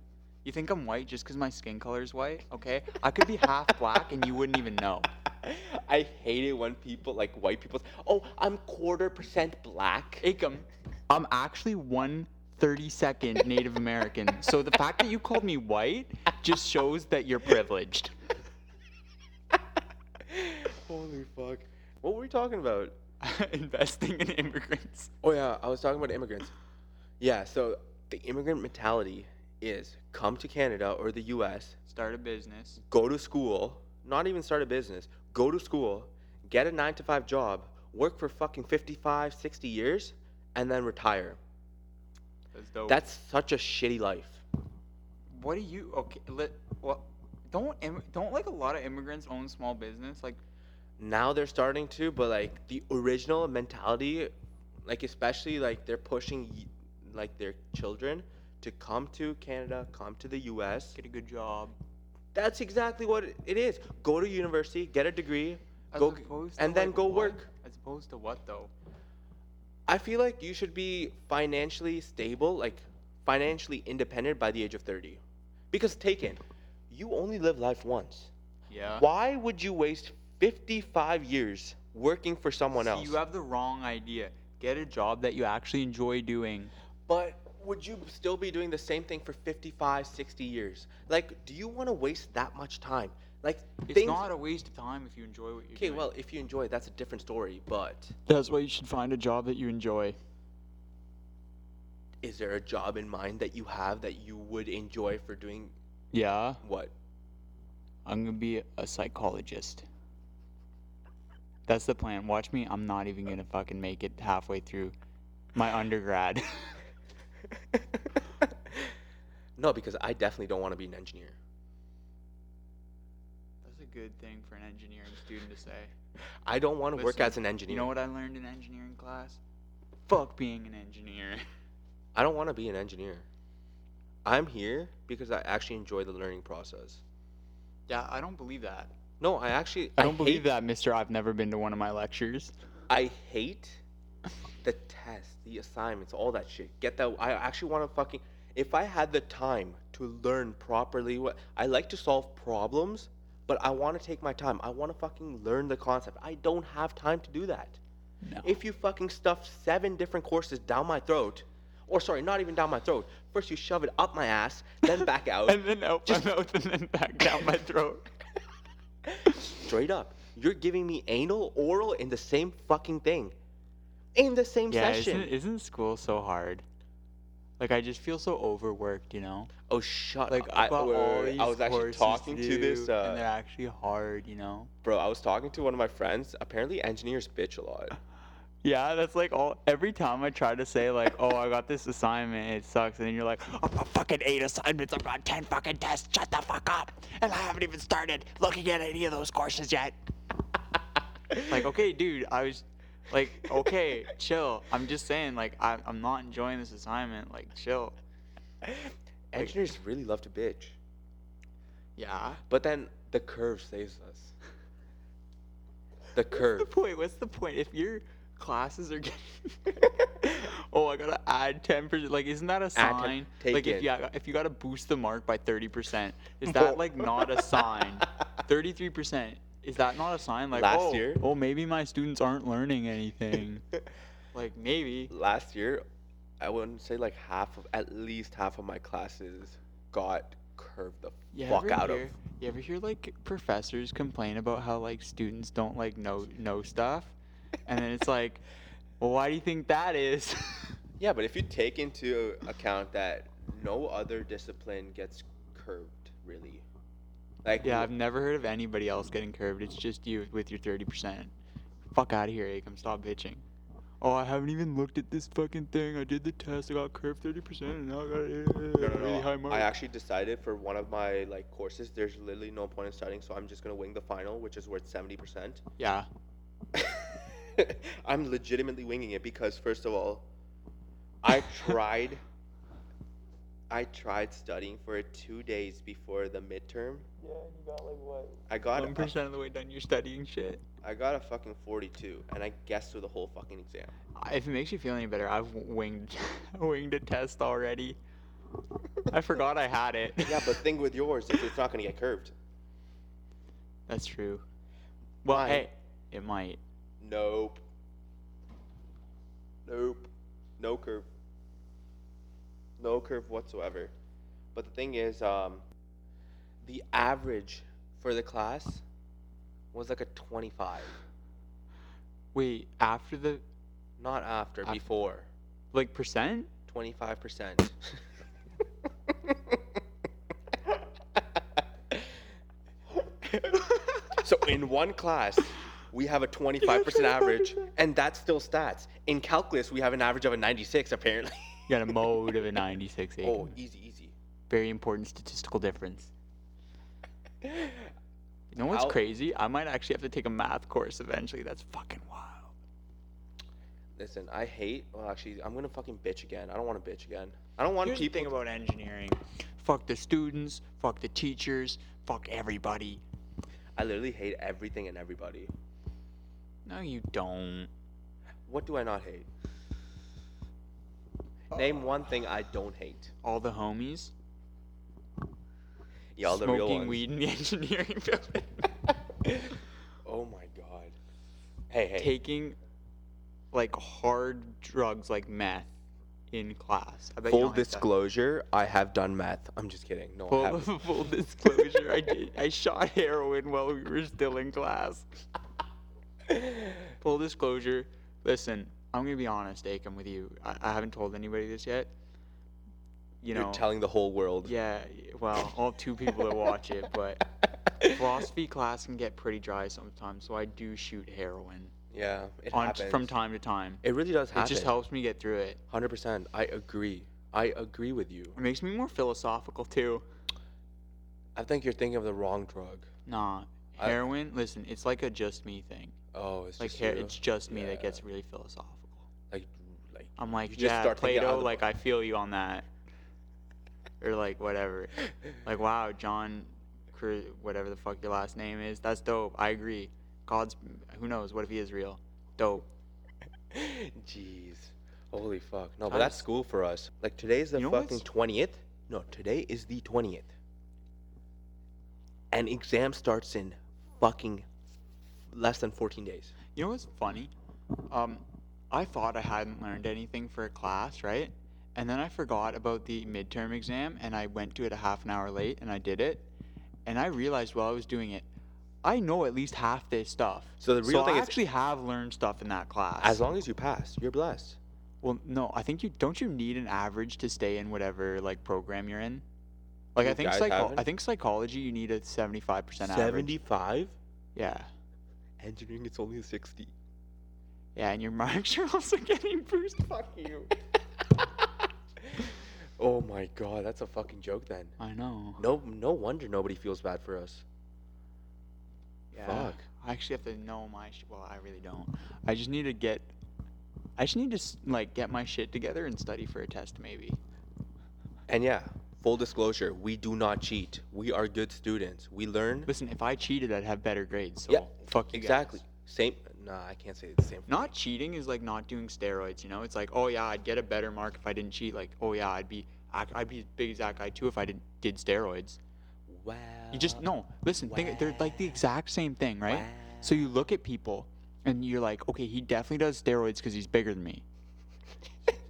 You think I'm white just because my skin color is white? Okay, I could be half black and you wouldn't even know. I hate it when people, like white people, say, oh, I'm quarter percent black. Akam, I'm actually one thirty-second Native American. So the fact that you called me white just shows that you're privileged. [laughs] Holy fuck. What were we talking about? Investing in immigrants. Oh yeah, I was talking about immigrants. Yeah, so the immigrant mentality is come to Canada or the US, Start a business. go to school, not even start a business, go to school, get a 9 to 5 job, work for fucking 55, 60 years and then retire. That's dope. That's such a shitty life. what do you okay? Let well, don't Im- don't like a lot of immigrants own small business. Like Now they're starting to, but like the original mentality, like especially like they're pushing y- like their children to come to Canada, come to the US. get a good job. That's exactly what it- it is. Go to university, get a degree, As go opposed to, and then like, go what? work. As opposed to what though? I feel like you should be financially stable, like financially independent by the age of 30. Because taken, you only live life once. Yeah. Why would you waste 55 years working for someone See, else? You have the wrong idea. Get a job that you actually enjoy doing. But would you still be doing the same thing for 55, 60 years? Like, do you want to waste that much time? Like, It's things. not a waste of time if you enjoy what you're okay, doing. well, if you enjoy, it, that's a different story. But That's why you should find a job that you enjoy. is there a job in mind that you have that you would enjoy for doing Yeah, what? I'm gonna be a psychologist. That's the plan. Watch me. I'm not even gonna fucking make it halfway through my undergrad. [laughs] [laughs] no, because I definitely don't want to be an engineer. That's a good thing for an engineering student to say. I don't want to work Listen, as an engineer. You know what I learned in engineering class? Fuck being an engineer. [laughs] I don't want to be an engineer. I'm here because I actually enjoy the learning process. Yeah, I don't believe that. No, I actually I don't believe hate- that, Mister. I've never been to one of [laughs] my lectures. I hate the tests, the assignments, all that shit. Get that? I actually want to fucking. If I had the time to learn properly, what I like to solve problems, but I want to take my time. I want to fucking learn the concept. I don't have time to do that. No. If you fucking stuff seven different courses down my throat, or sorry, not even down my throat. First you shove it up my ass, then back [laughs] out. and then out my mouth and then back down my throat. Straight up, you're giving me anal, oral in the same fucking thing, in the same Yeah, session. isn't, isn't school so hard? Like I just feel so overworked, you know. Oh shut! Like up. I, I've got wait, wait, all wait, these I was actually courses talking to, this do, and they're uh, actually hard, you know. bro. I was talking to one of my friends. Apparently, engineers bitch a [laughs] lot. Yeah, that's like all. Every time I try to say like, "Oh, I got this assignment, it sucks," and then you're like, "I've got fucking eight assignments, I've got ten fucking tests. Shut the fuck up!" And I haven't even started looking at any of those courses yet. like, okay, dude, I was like, okay, chill. I'm just saying, like, I'm, I'm not enjoying this assignment. Like, chill. Engineers really love to bitch, Yeah. but then the curve saves us. [laughs] The curve. What's the point? What's the point? If your classes are getting, [laughs] oh, I gotta add ten percent. Like, isn't that a ten- sign? take like, it. if you got- if you gotta boost the mark by thirty percent, is that [laughs] like not a sign? Thirty-three percent. Is that not a sign? Like, Last oh, year? oh, maybe my students aren't learning [laughs] anything. like, maybe. Last year, I wouldn't say like half of at least half of my classes got curved the You fuck ever out hear- of. You ever hear like professors complain about how like students don't like know know stuff, and then it's like, well, why do you think that is? [laughs] Yeah, but if you take into account that no other discipline gets curved really, like Yeah, w- I've never heard of anybody else getting curved. It's just you with your 30%. Fuck out of here, Akam. Stop bitching. Oh, I haven't even looked at this fucking thing. I did the test. I got curved 30%, and now I got a No, no, really no. high mark. I actually decided for one of my like courses, there's literally no point in studying, so I'm just gonna wing the final, which is worth seventy percent. [laughs] yeah. I'm legitimately winging it because first of all, I tried. I tried studying for it two days before the midterm. Yeah, and you got like what? I got a, 1% of the way done. You're studying shit. I got a fucking forty-two, and I guessed through the whole fucking exam. I- If it makes you feel any better, I've winged, [laughs] winged a test already. I forgot I had it. Yeah, but thing with yours is it's not gonna get curved. [laughs] That's true. Well, Mine- hey, it might. Nope. Nope. No curve. No curve whatsoever. But the thing is, um, the average for the class was like a 25. Wait, after the Not after, Af- before. like percent? [laughs] 25%. so in one class, we have a 25% average, and that's still stats. In calculus, we have an average of a 96, apparently. You got a mode of a 96 Akam. [laughs] Oh, easy, easy. very important statistical difference. You know what's I'll- crazy? I might actually have to take a math course eventually. That's fucking wild. Listen, I hate. Well, actually, I'm gonna fucking bitch again. I don't want to bitch again. I don't want Here's the people. thing about engineering. Fuck the students, fuck the teachers, fuck everybody. I literally hate everything and everybody. No, you don't. What do I not hate? Name one thing I don't hate. All the homies Y'all the smoking real ones. weed in the [laughs] engineering building. oh my god. Hey, [laughs] hey. Taking like hard drugs like meth in class. I bet you Full don't hate that. disclosure, I have done meth. I'm just kidding. No, I Full, [laughs] haven't. full disclosure, I did. I shot heroin while we were still in class. Full disclosure. Listen, I'm gonna be honest, Akam, with you. I, I haven't told anybody this yet. You You're know. telling the whole world. yeah. Well, all two people that watch it, [laughs] but philosophy class can get pretty dry sometimes, so I do shoot heroin Yeah, it on happens. from time to time. it really does It happen. just helps me get through it. Hundred percent. I agree. I agree with you. It makes me more philosophical too. I think you're thinking of the wrong drug. Nah, I- heroin. listen, it's like a just me thing. Oh, it's Like just he- you? it's just me that Yeah. gets really philosophical. like like I'm like, You just yeah, start thinking out of Plato, the like I feel you on that, or [laughs] like whatever, like wow, John, Cru- whatever the fuck your last name is, that's dope. I agree. God's, who knows? What if he is real? Dope. [laughs] jeez. Holy fuck. No, but Times- that's school for us. Like today's the You know fucking what's- 20th? No, today is the 20th. And exam starts in fucking less than 14 days. You know what's funny? Um, I thought I hadn't learned anything for a class, right? And then I forgot about the midterm exam, and I went to it a half an hour late, and I did it, and I realized while I was doing it, I know at least half this stuff. So the real so thing I is- actually have learned stuff in that class. As long as you pass, you're blessed. Well, no, I think you don't. You need an average to stay in whatever like program you're in. Like You I think guys psycho- haven't? I think psychology, you need a seventy-five percent average. 75? Yeah, Engineering, it's only 60. yeah, and your [laughs] marks are also getting boosted. Fuck you. Oh my god, that's a fucking joke then. I know. No, no wonder nobody feels bad for us. Yeah. Fuck. I actually have to know my. Sh- well, I really don't. I just need to get. I just need to s- like get my shit together and study for a test, maybe. And yeah, full disclosure, we do not cheat. We are good students. We learn. Listen, if I cheated, I'd have better grades. So Yeah, fuck you. guys. Exactly. Same. Nah, I can't say it's the same. for Not me. cheating is like not doing steroids. You know, it's like, oh yeah, I'd get a better mark if I didn't cheat. Like, oh yeah, I'd be, I- I'd be as big as that guy too if I did did steroids. Wow. You Oh, just no. Listen, think, they're like the exact same thing, right? So you look at people and you're like, okay, he definitely does steroids because he's bigger [laughs] than me.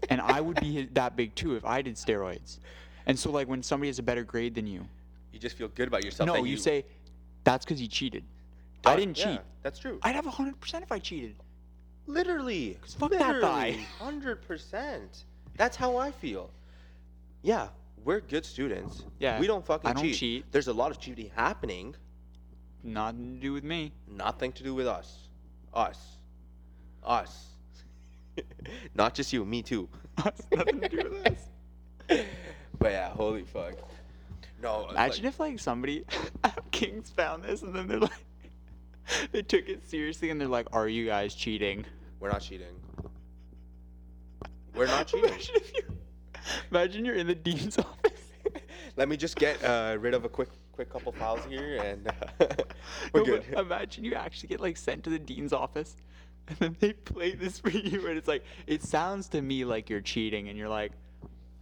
and I would be hi- that big too if I did steroids. And so, like, when somebody has a better grade than you, You just feel good about yourself. no, that you, say, that's because he cheated. I done- didn't yeah, cheat. That's true. I'd have 100% if I cheated. Literally. 'Cause fuck that guy. Hundred percent. That's how I feel. Yeah, we're good students. Yeah, We don't fucking I don't cheat. cheat. There's a lot of cheating happening. Nothing to do with me. Nothing to do with us. Us. Us. [laughs] Not just you, me too. Nothing to do with us. But yeah, holy fuck. No. like- [laughs] Imagine if, like, somebody [laughs] at Kings found this and then they're like, [laughs] they took it seriously and they're like, are you guys cheating? We're not cheating. We're not cheating. Imagine, if you, [laughs] imagine you're in the dean's [laughs] office. Let me just get uh, rid of a quick, quick couple files here, and [laughs] uh, we're No, good. but Imagine you actually get like sent to the dean's office, and then they play this for you, and it's like it sounds to me like you're cheating, and you're like,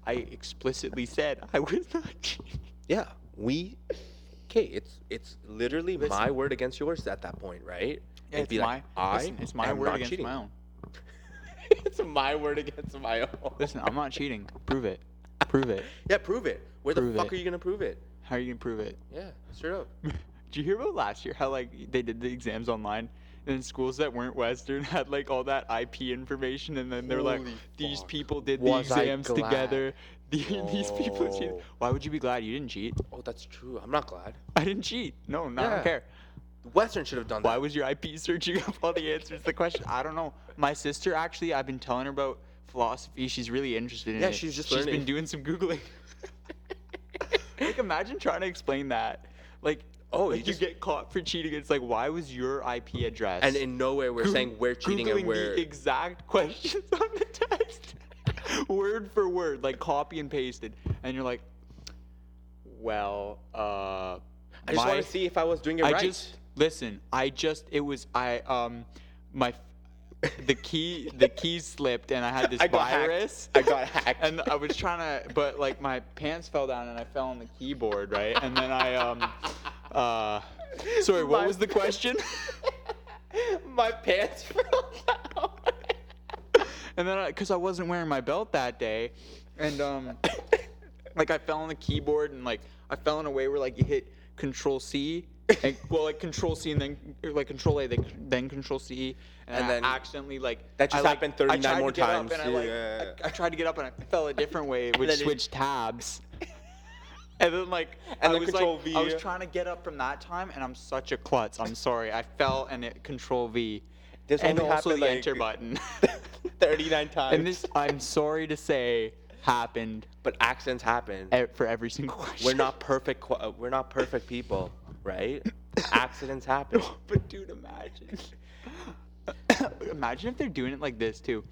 I explicitly said I was not [laughs] cheating. Yeah, we. Okay, it's it's literally my Listen. word against yours at that point, right? It'd Yeah, it's be my like, I listen, it's my am word not against cheating. my own. [laughs] it's my word against my own. [laughs] Listen, I'm not cheating. Prove it. Prove it. Yeah, prove it. Where Prove the fuck it. are you gonna prove it? How are you gonna prove it? Yeah, straight [laughs] up. Did you hear about last year how like they did the exams online? And then schools that weren't Western [laughs] had like all that IP information, and then they're like, Holy "These fuck. people did the Was I exams together. [laughs] The, these people cheated." Oh. Why would you be glad you didn't cheat? Oh, that's true. I'm not glad. I didn't cheat. No, no, I Yeah. don't care. Western should have done Why that. was your IP searching up all the answers to the question? I don't know. My sister actually, I've been telling her about philosophy. She's really interested in Yeah, it. she's just she's learning. been doing some googling. [laughs] like imagine trying to explain that. Like Oh, like you you, just- get caught for cheating. It's like why was your IP address? And in no way we're Goo- saying we're cheating Googling and we're the exact questions [laughs] on the test, word for word, like copy and pasted, and you're like, well, uh, I just my- want to see if I was doing it I right. just listen. I just it was I um my the key the key slipped and I had [laughs] this I got hacked. virus. I got hacked. And I was trying to, but like my pants fell down and I fell on the keyboard, right? And then I um uh sorry, what My- was [laughs] the question? my pants fell down. [laughs] and then because I, wasn't wearing my belt that day, and [coughs] um like I fell on the keyboard and like I fell in a way where like you hit Control C [coughs] and well like Control C and then or, like Control A then, then Control C and, And I then- accidentally like That just I, like, happened I 39 tried to more get up, times, and I, too, like, yeah, yeah, yeah. I, I tried to get up and I fell a [laughs] different way which then it- [laughs] switched tabs. And then like And I then was Control like V. I was trying to get up from that time and I'm such a klutz. I'm sorry. I fell and it control V. This and only also the happened, like, enter button. [laughs] [laughs] 39 times. And this, I'm sorry to say, happened but accidents happen. e- for every single [laughs] question. We're not [laughs] perfect. qu- uh, We're not perfect people, [coughs] right? Accidents happen. But dude, imagine. [coughs] imagine if they're doing it like this too.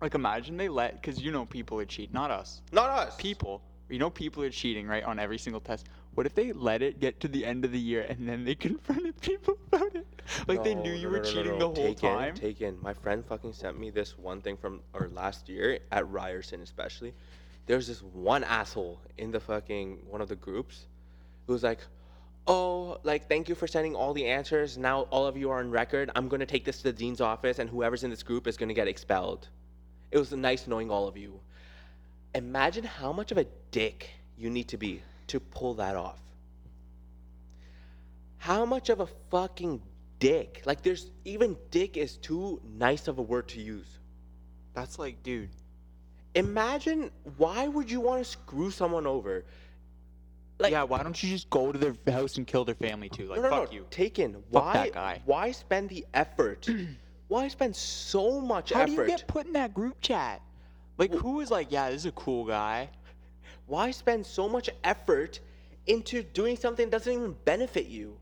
Like imagine they let, because you know people are cheating, not us. Not us. People, you know people are cheating right on every single test. What if they let it get to the end of the year and then they [laughs] confronted people about it? Like they No, knew you no, were no, no, cheating no. the whole Take in, time. take in. My friend fucking sent me this one thing from or last year at Ryerson especially. There's this one asshole in the fucking one of the groups who was like, "Oh, like thank you for sending all the answers. Now all of you are on record. I'm gonna take this to the dean's office, and whoever's in this group is gonna get expelled." It was nice knowing all of you. Imagine how much of a dick you need to be to pull that off how much of a fucking dick like there's even dick is too nice of a word to use That's like, dude, imagine why would you want to screw someone over Like- yeah, why don't you just go to their house and kill their family too? Like, no no fuck no you. taken why Fuck that guy. why spend the [clears throat] effort why spend so much How effort do you get put in that group chat? Like, who was like, yeah, this is a cool guy? why spend so much effort into doing something that doesn't even benefit you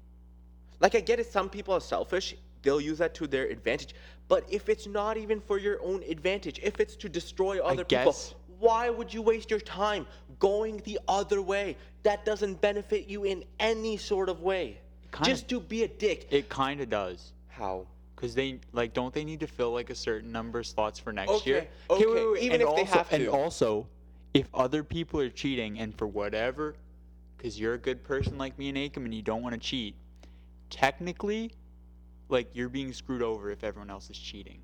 like i get it some people are selfish they'll use that to their advantage but if it's not even for your own advantage if it's to destroy other people guess- Why would you waste your time going the other way? That doesn't benefit you in any sort of way. Kinda- Just to be a dick. It kind of does. How? Cause they like don't they need to fill like a certain number of slots for next Okay, year? 'Kay, okay, even and if they also- have And to. also, if other people are cheating and for whatever, cause you're a good person like me and Akam and you don't want to cheat, technically, like you're being screwed over if everyone else is cheating.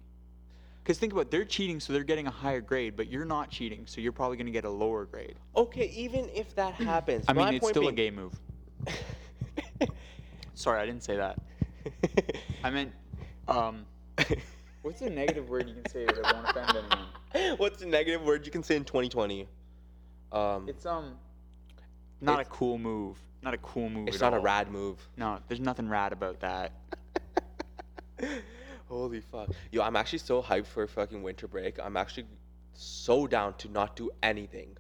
Cause think about it, they're cheating, so they're getting a higher grade, but you're not cheating, so you're probably gonna get a lower grade. Okay, even if [clears throat] that happens. I mean, my it's point still being- a game move. [laughs] Sorry, I didn't say [laughs] that. I meant, um, [laughs] what's a negative word you can say that won't offend anyone? What's the negative word you can say in 2020? Um, it's, It's um not It's- a cool move. Not a cool move. at not a all. rad move. No, there's nothing rad about that. [laughs] Holy fuck. Yo, I'm actually so hyped for fucking winter break. I'm actually so down to not do [laughs] anything.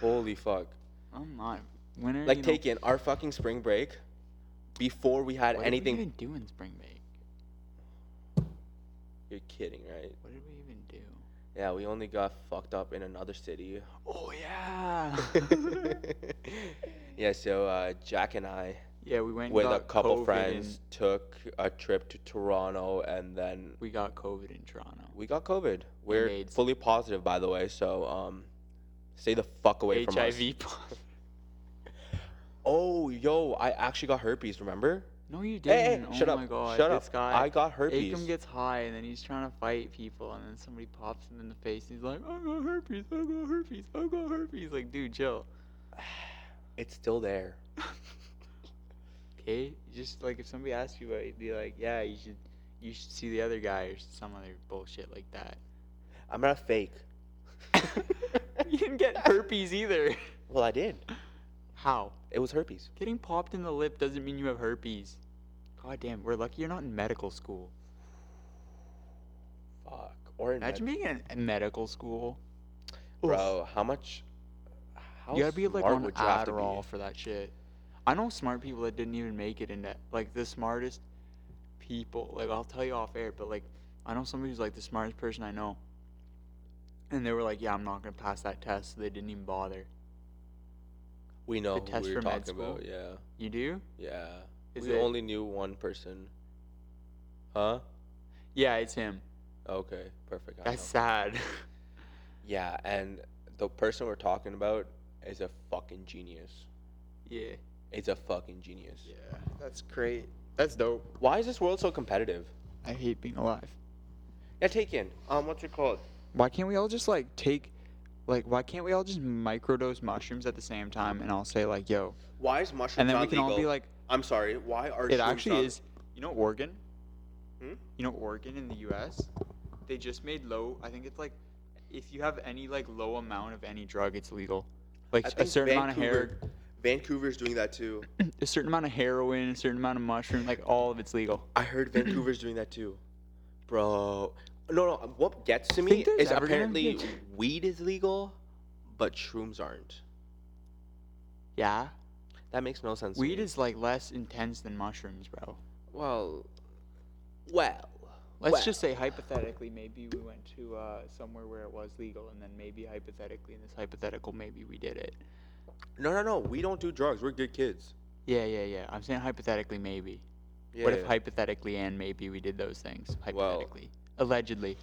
Holy fuck. I'm not. When are Like Oh you know- take in our fucking spring break before we had what anything. Did we even do in spring break? You're kidding, right? What did we even do? Yeah, we only got fucked up in another city. Oh yeah. yeah, so uh, Jack and I, [laughs] yeah, we went and with a got couple COVID friends, in- took a trip to Toronto and then we got COVID in Toronto. we got COVID. We're AIDS. fully positive, by the way. So um, stay the fuck away from us. HIV. positive. Oh, yo, I actually got herpes. Remember? no, you Hey, hey, didn't. oh shut my up, god, shut this up. guy. I got herpes. Akam gets high and then he's trying to fight people and then somebody pops him in the face and he's like, I got herpes, I got herpes, I got herpes. Like, dude, chill. It's still there. Okay, just like if somebody asks you about it, you'd be like, yeah, you should, you should see the other guy or some other bullshit like that. [laughs] I'm not a fake. you didn't get herpes either. Well, I did. How? It was herpes. Getting popped in the lip doesn't mean you have herpes. God damn, we're lucky you're not in medical school. Fuck. Or in Imagine med- being in- in medical school. Oof. bro, how much? How you gotta be like smart on would you have to be? Adderall for that shit. I know smart people that didn't even make it into like the smartest people. Like I'll tell you off air, but like I know somebody who's like the smartest person I know, and they were like, "Yeah, I'm not gonna pass that test," so they didn't even bother. We know the who test we were for med talking about. school? Yeah, You do? yeah. Is we it- only knew one person. Huh? Yeah, it's him. Okay, perfect. I That's know. sad. [laughs] Yeah, and the person we're talking about is a fucking genius. yeah. It's a fucking genius. that's great. That's dope. Why is this world so competitive? I hate being alive. Yeah, take in. Um, what's it called? Why can't we all just like take, like, why can't we all just microdose mushrooms at the same time? And I'll say like, "Yo," Why is mushrooms and then not we can legal? all be like. I'm sorry. Why are It shrooms not- actually is. You know Oregon? Hmm? You know Oregon in the U.S. They just made low. I think it's like if you have any like low amount of any drug, it's legal. Like I a think certain amount of Vancouver- hair, Vancouver's doing that too. a certain amount of heroin, a certain amount of mushroom, like all of it's legal. I heard Vancouver's doing that too, bro. No, no. What gets to Think me there's is ever gonna be apparently a- weed is legal, but shrooms aren't. Yeah. That makes no sense. to Weed me. is like less intense than mushrooms, bro. well, well. Let's well. just say hypothetically, maybe we went to uh, somewhere where it was legal, and then maybe hypothetically in this hypothetical, maybe we did it. No, no, no. We don't do drugs. We're good kids. Yeah, yeah, yeah. I'm saying hypothetically, maybe. Yeah. What if hypothetically and maybe we did those things? Well- Hypothetically. Allegedly.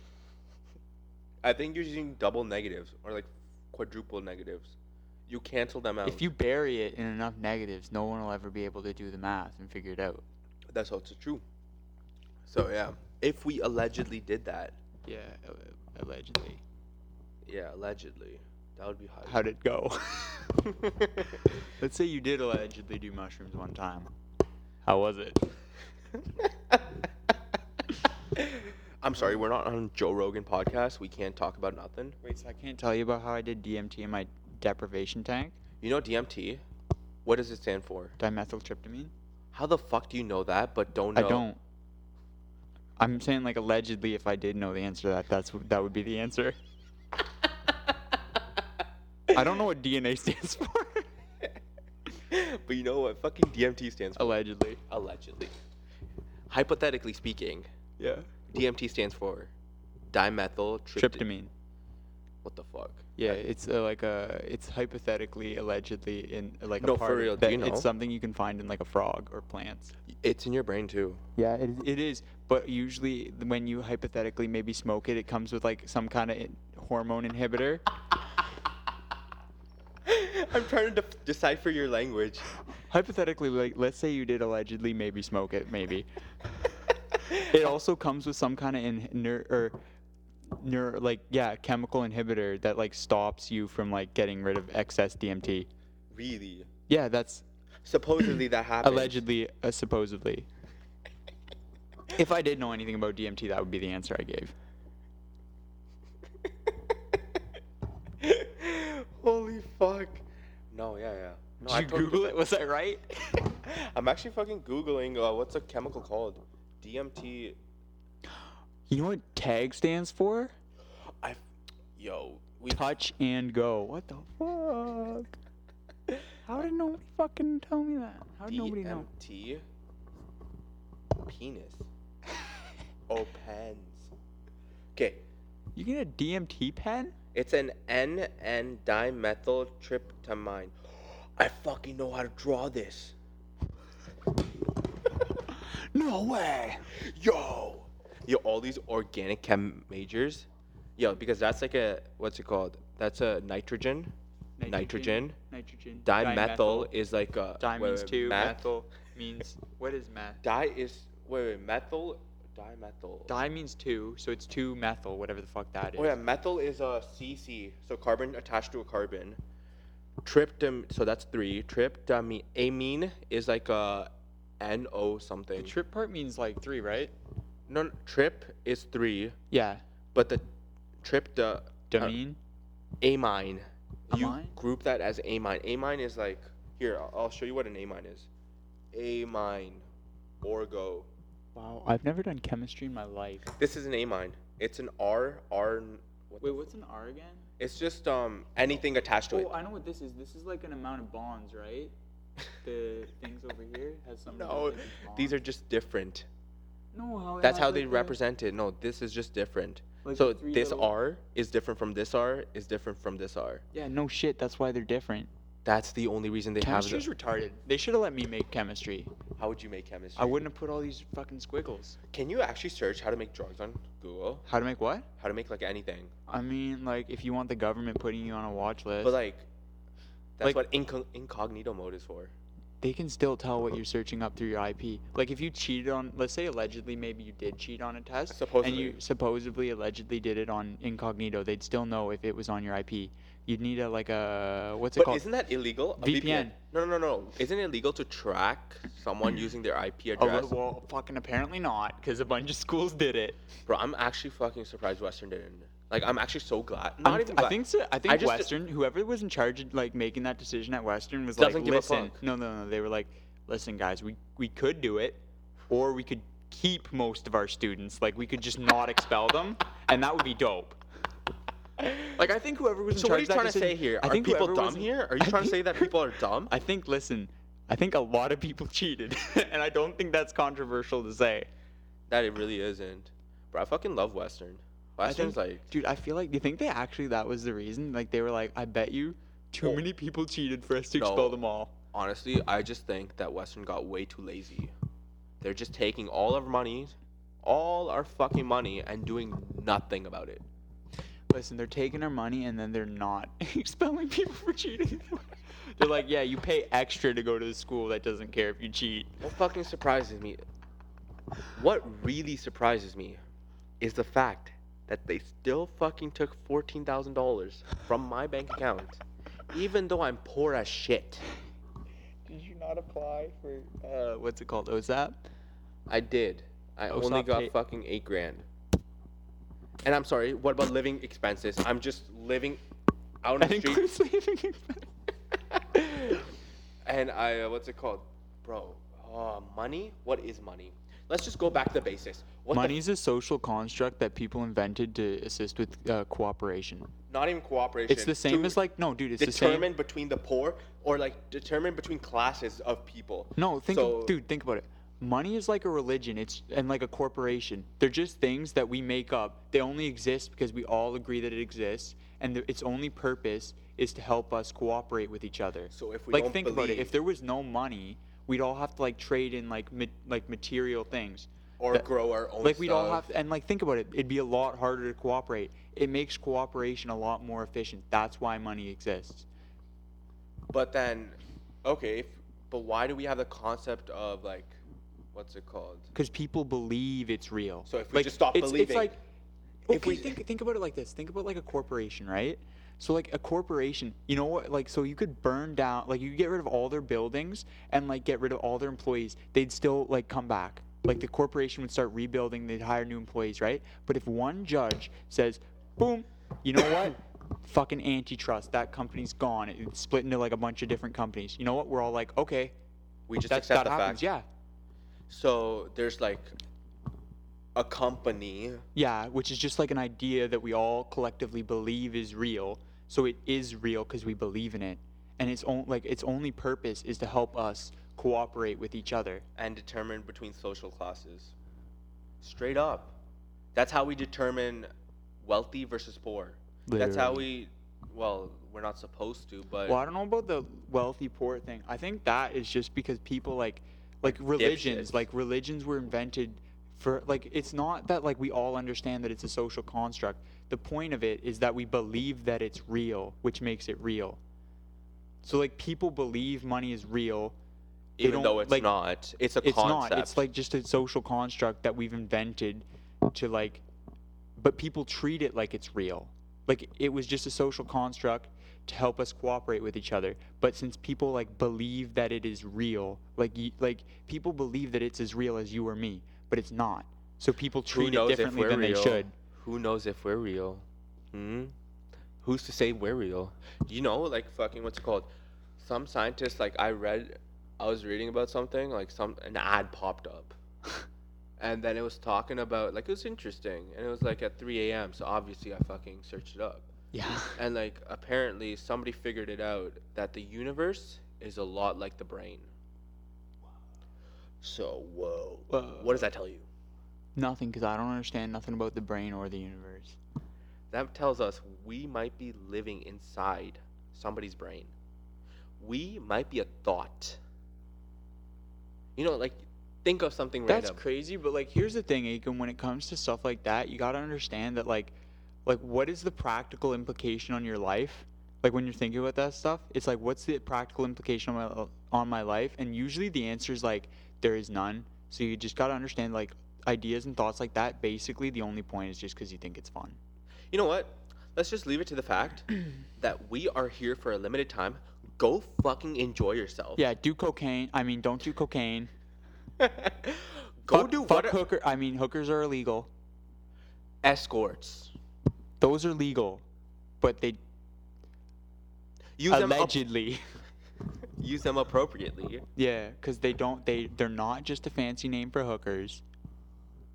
I think you're using double negatives or like quadruple negatives. You cancel them out. If you bury it in enough negatives, no one will ever be able to do the math and figure it out. That's also true. So yeah, if we allegedly did that, Yeah, allegedly. yeah, allegedly, that would be high. How'd it [laughs] go? Let's say you did allegedly do mushrooms one time. How was it? I'm sorry, we're not on Joe Rogan podcast. We can't talk about nothing. Wait, so I can't tell you about how I did DMT in my deprivation tank? You know DMT? What does it stand for? Dimethyltryptamine? How the fuck do you know that but don't I know? don't. I'm saying like allegedly if I did know the answer to that, that's w- that would be the [laughs] answer. I don't know what DNA stands [laughs] for. [laughs] but you know what? Fucking DMT stands for allegedly. allegedly. Hypothetically speaking, Yeah. DMT stands for dimethyltryptamine. Tryptamine. What the fuck? Yeah, it's uh, like a it's hypothetically allegedly in like No, a for part of- real, do that you know? it's something you can find in like a frog or plants. It's in your brain too. [laughs] Yeah, it is. It is, but usually th- when you hypothetically maybe smoke it, it comes with like some kind of hormone inhibitor. I'm trying to def- decipher your language. hypothetically, like let's say you did allegedly maybe smoke [laughs] it, maybe. it also comes with some kind of in- ner- or neuro like yeah chemical inhibitor that like stops you from like getting rid of excess DMT. really. Yeah, that's Supposedly [clears throat] that happened. allegedly uh, supposedly. If I did know anything about DMT, that would be the answer I gave. [laughs] Holy fuck. No, yeah, yeah. No, Did I you totally Google did it? Was I right? that. [laughs] I'm actually fucking googling. Uh, what's a chemical called? DMT. you know what TAG stands for? I. Yo, we. Touch and go. What the fuck? How did nobody fucking tell me that? How did nobody know? DMT. Penis. Opens. Okay, You get a DMT pen? It's an N N dimethyltryptamine. I fucking know how to draw this. No way. Yo. Yo, all these organic chem majors. Yo, because that's like a what's it called? That's a nitrogen. Nitrogen. Nitrogen. Dimethyl is like a Di wait, means wait, two. meth- Methyl means what is meth? Di is wait wait methyl dimethyl. Di means two, so it's two methyl, whatever the fuck that is. Oh yeah, methyl is a CC, so carbon attached to a carbon. Tryptam, so that's three. Tryptamine, amine is like a NO The something. trip part means like three, right? No, no, trip is three, Yeah. but the trypta Damine. uh, amine. You Amine? group that as amine. Amine is like here. I'll, I'll show you what an amine is. Amine, orgo. wow, I've never done chemistry in my life. This is an amine. It's an R R. n- What the Wait, f- what's an R again? It's just um anything attached to it. Oh, I know what this is. This is like an amount of bonds, [laughs] right? The things over here has some. no, these are just different. No, how it That's has, how like, they the- represent it. No, this is just different. Like so the three this little- R is different from this R is different from this R. Yeah, no shit. That's why they're different. That's the only reason they have. Chemistry's The, retarded. They should have let me make chemistry. how would you make chemistry? I wouldn't have put all these fucking squiggles. Can you actually search how to make drugs on Google? How to make what? How to make like anything? I mean, like, if you want the government putting you on a watch list, But like, that's Like- what inco- incognito mode is for. they can still tell Uh-huh. what you're searching up through your IP. Like, if you cheated on, let's say allegedly, maybe you did cheat on a test, and you Supposedly. supposedly allegedly did it on incognito, they'd still know if it was on your IP. You'd need a like a what's it But called? isn't that illegal? A VPN. No, no, no, no. Isn't it illegal to track [clears throat] someone using their IP Oh, well, address? well, fucking apparently not, because a bunch of schools did it. Bro, I'm actually fucking surprised Western didn't. Like, I'm actually so glad. Not I'm- even. I glad. think so. I think just- uh, Western, whoever was in charge of like making that decision at Western was Doesn't like, give a listen, fuck. no, no, no. They were like, listen, guys, we we could do it, or we could keep most of our students. Like we could just not expel them, and that would be dope. Like I think whoever was in So what are charge you of that trying to decision- say here? I Are think people whoever was dumb in- here? Are I you trying to think- say that people are dumb? I think listen, I think a lot of people [laughs] cheated, and I don't think that's controversial to say. That it really isn't. Bro, I fucking love Western. I Western's think, like. dude, I feel like, do you think they actually that was the reason? Like, they were like, I bet you too Oh. many people cheated for us to No. expel them all. Honestly, I just think that Western got way too lazy. They're just taking all our money, all our fucking money, and doing nothing about it. Listen, they're taking our money and then they're not [laughs] expelling people for cheating. they're like, yeah, you pay extra to go to the school that doesn't care if you cheat. What fucking surprises me, what really surprises me, is the fact that they still fucking took $14,000 from my bank account, even though I'm poor as shit. Did you not apply for, uh, what's it called? OSAP? I did. I Oh, only stop got pay- fucking eight grand. And I'm sorry, what about living expenses? I'm just living out on That the street. includes leaving. [laughs] and I, uh, what's it called, bro? Uh, money? What is money? Let's just go back to the basics. What the Money's a social construct that people invented to assist with uh, cooperation. f- not even cooperation. It's the same to as like no, dude. It's the same. determine between the poor or like determine between classes of people. No, think, of- so, dude, think about it. Money is like a religion. It's and like a corporation. They're just things that we make up. They only exist because we all agree that it exists, and the, its only purpose is to help us cooperate with each other. So if we like don't think about it, if believe- there was no money, we'd all have to like trade in like ma- like material things. Or That- grow our own like we'd all stuff. have and like think about it it'd be a lot harder to cooperate it makes cooperation a lot more efficient that's why money exists But then, okay, if, but why do we have the concept of like, what's it called? because people believe it's real So if we Like, just stop it's, it's believing- like If okay we- think, think about it like this think about like a corporation right so like a corporation you know what like so you could burn down like you could get rid of all their buildings and like get rid of all their employees they'd still like come back like the corporation would start rebuilding they'd hire new employees right but if one judge says boom you know what [coughs] fucking antitrust that company's gone it's split into like a bunch of different companies you know what we're all like okay We just that's, accept that the happens fact. yeah So there's like a company. Yeah, which is just like an idea that we all collectively believe is real. So it is real because we believe in it, and its own like its only purpose is to help us cooperate with each other. and determine between social classes. Straight up. That's how we determine wealthy versus poor. That's how we well, we're not supposed to, but Well, I don't know about the wealthy poor thing. I think that is just because people like like religions, dipshits. like religions were invented for like it's not that like we all understand that it's a social construct. The point of it is that we believe that it's real, which makes it real. So like people believe money is real. They even don't- though it's like, not, it's a it's concept. not. It's like just a social construct that we've invented to like, but people treat it like it's real. Like it was just a social construct to help us cooperate with each other. But since people like believe that it is real, like y- like people believe that it's as real as you or me, but it's not. So people who treat it knows if differently we're than real? they should. Who knows if we're real? Hmm? Who's to say we're real? You know, like fucking what's it called? Some scientists like I read I was reading about something, like some an ad popped up. [laughs] and then it was talking about like it was interesting. And it was like at three AM, so obviously I fucking searched it up. Yeah. [laughs] And like apparently somebody figured it out that the universe is a lot like the brain. So whoa. Whoa. What does that tell you? Nothing, because I don't understand nothing about the brain or the universe. That tells us we might be living inside somebody's brain. We might be a thought. You know, like think of something That's random. crazy, but like here's the thing, Aiken, when it comes to stuff like that, you gotta understand that like like what is the practical implication on your life? Like when you're thinking about that stuff, it's like what's the practical implication on my on my life? And usually the answer is like there is none. So you just gotta understand like ideas and thoughts like that. Basically, the only point is just because you think it's fun. you know what? Let's just leave it to the [clears throat] fact that we are here for a limited time. Go fucking enjoy yourself. Yeah, do cocaine. I mean, don't do cocaine. Go fuck, do fuck what hooker. I mean, hookers are illegal. escorts. Those are legal, but they Use them up- allegedly. [laughs] use them appropriately. Yeah, because they don't. They they're not just a fancy name for hookers.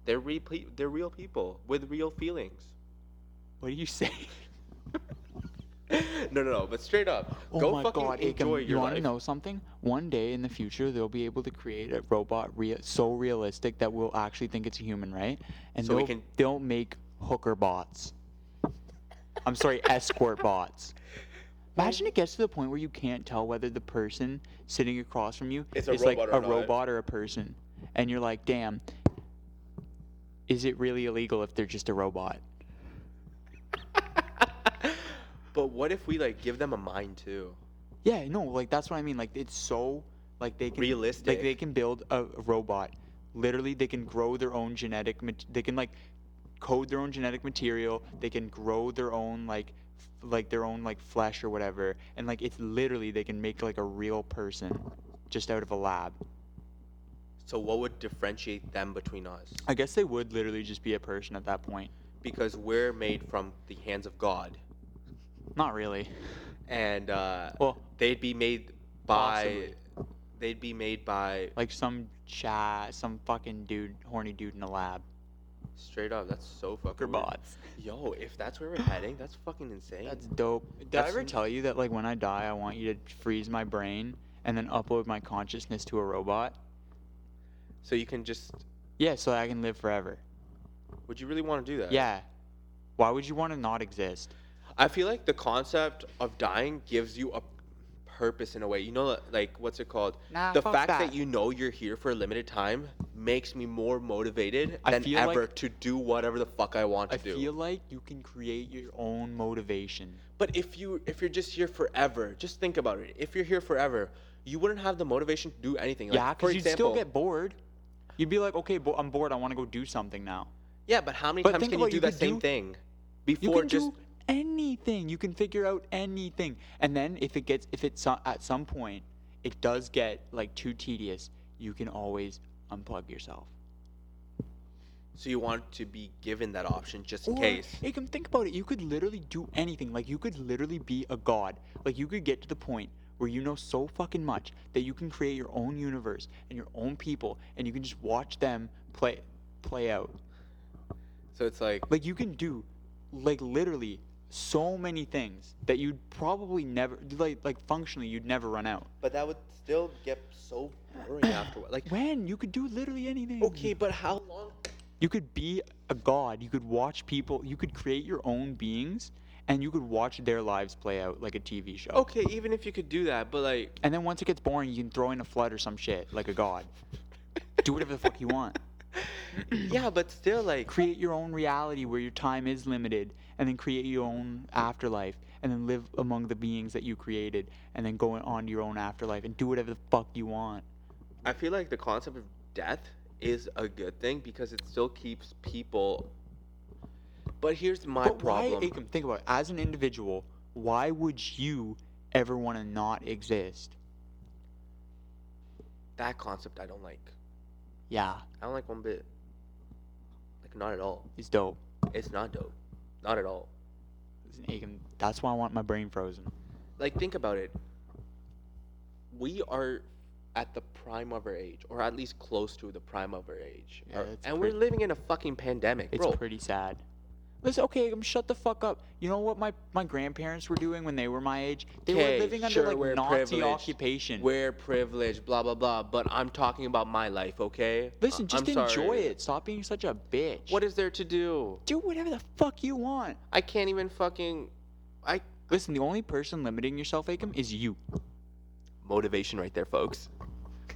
They're real, they're real people with real feelings. What do [laughs] you say? no, no, no. But straight up, Oh go my fucking God, Akam, enjoy you your wanna life. know something? One day in the future, they'll be able to create a robot rea- so realistic that we'll actually think it's a human, right? And So we they'll can- they'll make hooker bots. [laughs] I'm sorry, escort bots. Imagine it gets to the point where you can't tell whether the person sitting across from you It's a is like robot or a not. robot or a person, and you're like, damn. Is it really illegal if they're just a robot? But what if we like give them a mind too? Yeah, no, like that's what I mean. Like it's so like they can Realistic. Like they can build a a robot. Literally, they can grow their own genetic. mat- They can like code their own genetic material. They can grow their own like f- like their own like flesh or whatever. And like it's literally they can make like a real person just out of a lab. So what would differentiate them between us? I guess they would literally just be a person at that point. Because we're made from the hands of God, Not really. and uh, Well, they'd be made by possibly. they'd be made by like some chat, some fucking dude, horny dude in a lab. straight up. That's so fucking. weird. Robots. Yo, if that's where we're heading, that's fucking insane. That's dope. Did I That's ever n- tell you that like when I die, I want you to freeze my brain and then upload my consciousness to a robot? so you can just. Yeah, so I can live forever. Would you really want to do that? Yeah. Why would you want to not exist? I feel like the concept of dying gives you a purpose in a way. You know, like what's it called? Nah, the fuck fact that. that. you know you're here for a limited time makes me more motivated I than feel ever like- to do whatever the fuck I want to I do. feel like you can create your own motivation. But if you if you're just here forever, just think about it. If you're here forever, you wouldn't have the motivation to do anything. Like, for yeah, because you'd example, still get bored. You'd be like, okay, bo- I'm bored. I want to go do something now. yeah. But how many But times think can you about do you that could same do- thing You before can just do anything. You can figure out anything. And then if it gets, if it's so- at some point, it does get like too tedious. You can always unplug yourself. so you want to be given that option just in Or, case? hey, come think about it. You could literally do anything. Like you could literally be a god. Like you could get to the point where you know so fucking much that you can create your own universe and your own people, and you can just watch them play play out. So it's like Like you can do, like literally so many things that you'd probably never like like functionally you'd never run out. But that would still get so boring after Like, When you could do literally anything. okay, but how long? You could be a god. You could watch people. You could create your own beings, and you could watch their lives play out like a TV show. Okay, even if you could do that, but like, [clears throat] And then once it gets boring, you can throw in a flood or some shit like a god. Do whatever the fuck you want. yeah, but still, like, Create your own reality where your time is limited, and then create your own afterlife, and then live among the beings that you created, and then go on to your own afterlife and do whatever the fuck you want. I feel like the concept of death is a good thing because it still keeps people. But here's my but problem. why, Akam, think about it. As an individual, why would you ever want to not exist? that concept I don't like. Yeah, I don't like one bit. Like, not at all. it's dope. It's not dope. Not at all. Listen, Akam, that's why I want my brain frozen. like think about it we are at the prime of our age or at least close to the prime of our age Yeah, Or- it's and pretty- we're living in a fucking pandemic It's bro pretty sad. Listen, okay, um, shut the fuck up. You know what my, my grandparents were doing when they were my age? They Okay, were living under sure, we're like Nazi privileged. occupation. we're privileged blah blah blah but i'm talking about my life okay Listen, I- just uh, I'm enjoy sorry. it. Stop being such a bitch. what is there to do do whatever the fuck you want. i can't even fucking i Listen, the only person limiting yourself, Akam, is you. motivation right there folks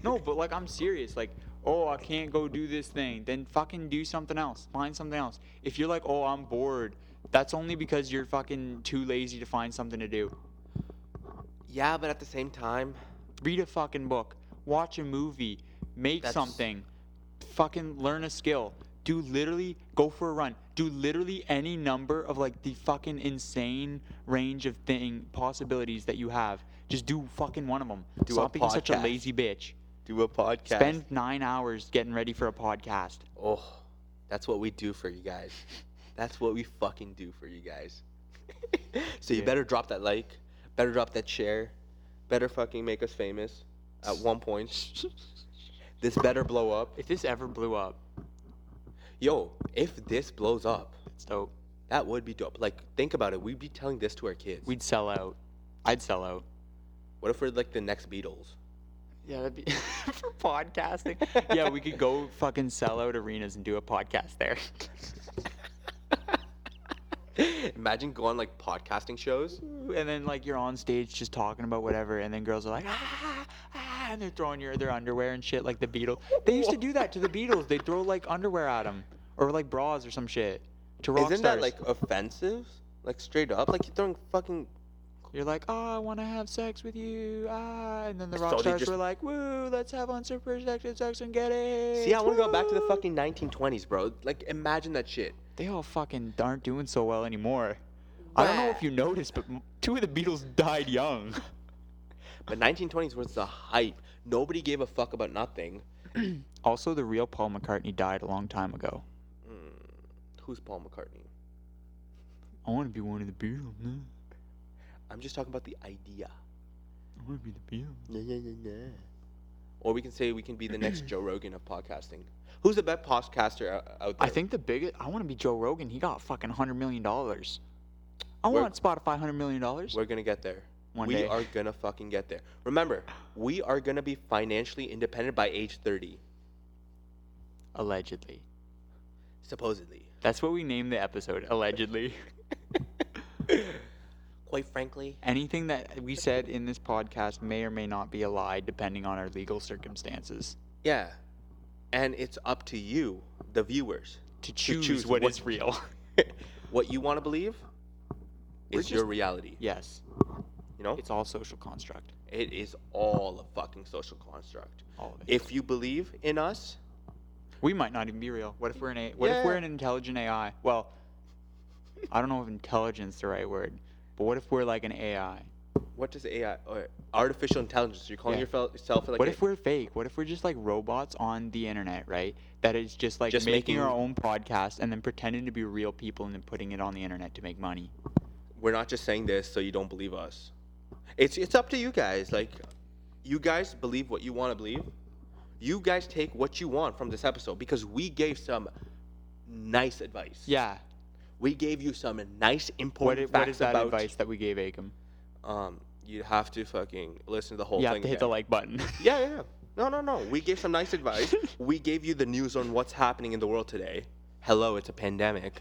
No, but like I'm serious. Like, oh, I can't go do this thing. Then fucking do something else. Find something else. If you're like, oh, I'm bored, that's only because you're fucking too lazy to find something to do. yeah but at the same time read a fucking book, watch a movie, make That's- something, fucking learn a skill, do literally go for a run, do literally any number of like the fucking insane range of thing possibilities that you have. Just do fucking one of them. Do a Stop being such a podcast. lazy bitch. do a podcast Spend nine hours getting ready for a podcast. oh that's what we do for you guys [laughs] that's what we fucking do for you guys [laughs] so you Yeah. better drop that like, better drop that share, better fucking make us famous at one [laughs] point. this better blow up. If this ever blew up, Yo, if this blows up, it's dope. that would be dope. Like, think about it. We'd be telling this to our kids. We'd sell out. I'd sell out. what if we're like the next Beatles? [laughs] Yeah, that'd be for podcasting. yeah, we could [laughs] go fucking sell out arenas and do a podcast there. [laughs] Imagine going like podcasting shows. and then like you're on stage just talking about whatever, and then girls are like ah, ah and they're throwing your their underwear and shit like the Beatles. They used to do that to the Beatles. They would throw like underwear at them or like bras or some shit to rock Isn't that stars. like offensive? Like straight up? Like you're throwing fucking. you're like ah, I want to have sex with you ah, and then the So rock they stars just- were like woo, let's have unprotected sex and get it. See, I want to go back to the woo." fucking 1920s, bro. Like, imagine that shit. They all fucking aren't doing so well anymore. I don't know if you noticed, but m- two of the Beatles died young. But 1920s was the hype. Nobody gave a fuck about nothing. Also, the real Paul McCartney died a long time ago. Who's Paul McCartney? I want to be one of the Beatles. No. I'm just talking about the idea. I want to be the Beatles. Or we can say we can be the next Joe Rogan of podcasting. Who's the best podcaster o- out there? I think the biggest. I want to be Joe Rogan. He got fucking hundred million dollars. I We're- want Spotify hundred million dollars. we're gonna get there. One we day. are gonna fucking get there. Remember, we are gonna be financially independent by age 30, Allegedly, supposedly. that's what we named the episode. Allegedly. quite frankly, [laughs] Anything that we said in this podcast may or may not be a lie, depending on our legal circumstances. yeah. And it's up to you, the [laughs] viewers, To choose choose, what- what is real. what you want to believe We're is your just- reality. [laughs] yes, You know, it's all social construct. it is all a fucking social construct. All of it. If you believe in us, We might not even be real. What if we're an A- What if Yeah. we're an intelligent AI? Well, I don't know if intelligence the right word, but what if we're like an AI? what does AI or artificial intelligence? You're calling Yeah. yourfel- yourself like what a- if we're fake? What if we're just like robots on the internet, right? That is just like Just making, our making- own podcast and then pretending to be real people and then putting it on the internet to make money. we're not just saying this so you don't believe us. It's it's up to you guys. Like, you guys believe what you want to believe. You guys take what you want from this episode because we gave some nice advice. Yeah. we gave you some nice What, important i- facts what is that about. advice that we gave Akam? Um, you have to fucking listen to the whole You thing. have to hit the again. [laughs] like button. [laughs] Yeah, yeah, yeah. No, no, no. We gave some nice advice. we gave you the news on what's happening in the world today. Hello, it's a pandemic.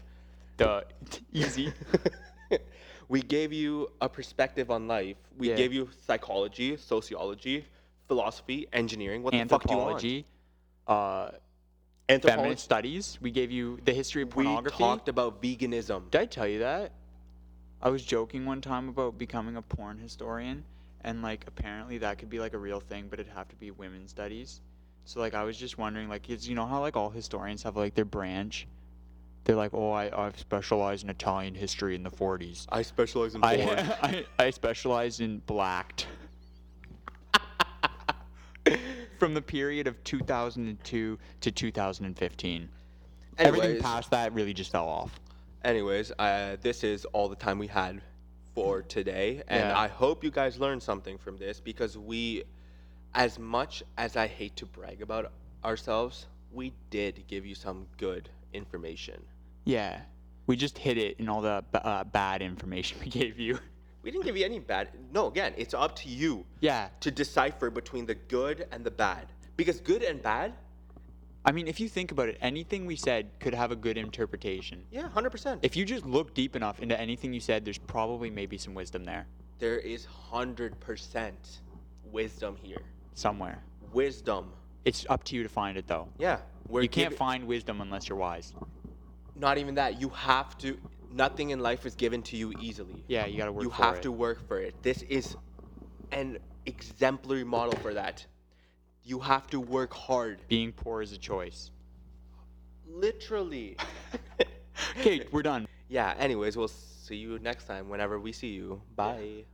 Duh. Easy. [laughs] we gave you a perspective on life. We Yeah. gave you psychology, sociology, philosophy, engineering. What the fuck do you want? Anthropology. Uh, feminist Anthropology. studies. We gave you the history of We pornography. talked about veganism. Did I tell you that? I was joking one time about becoming a porn historian, and like apparently that could be like a real thing, but it'd have to be women's studies. So like I was just wondering, like, it's, you know how like all historians have like their branch? They're like, oh, I I've specialized in Italian history in the 40s. I specialize in porn. [laughs] I I, I specialized in blacked. [laughs] From the period of 2002 to 2015, everything Anyways, past that really just fell off. anyways, uh, this is all the time we had for today, and Yeah. I hope you guys learned something from this because we, as much as I hate to brag about ourselves, we did give you some good information. Yeah. We just hid it in all the b- uh, bad information [laughs] we gave you. We didn't give you any bad. No, again, it's up to you Yeah. to decipher between the good and the bad. Because good and bad, I mean, if you think about it, anything we said could have a good interpretation. yeah, 100%. If you just look deep enough into anything you said, there's probably maybe some wisdom there there is 100% wisdom here. somewhere. Wisdom. It's up to you to find it, though. Yeah. We're You can't giv- find wisdom unless you're wise. Not even that. You have to. Nothing in life is given to you easily. Yeah, you gotta work You for have it. to work for it. This is an exemplary model for that. You have to work hard. Being poor is a choice. Literally. [laughs] Okay, we're done. [laughs] [laughs] yeah, anyways, we'll see you next time whenever we see you. Bye.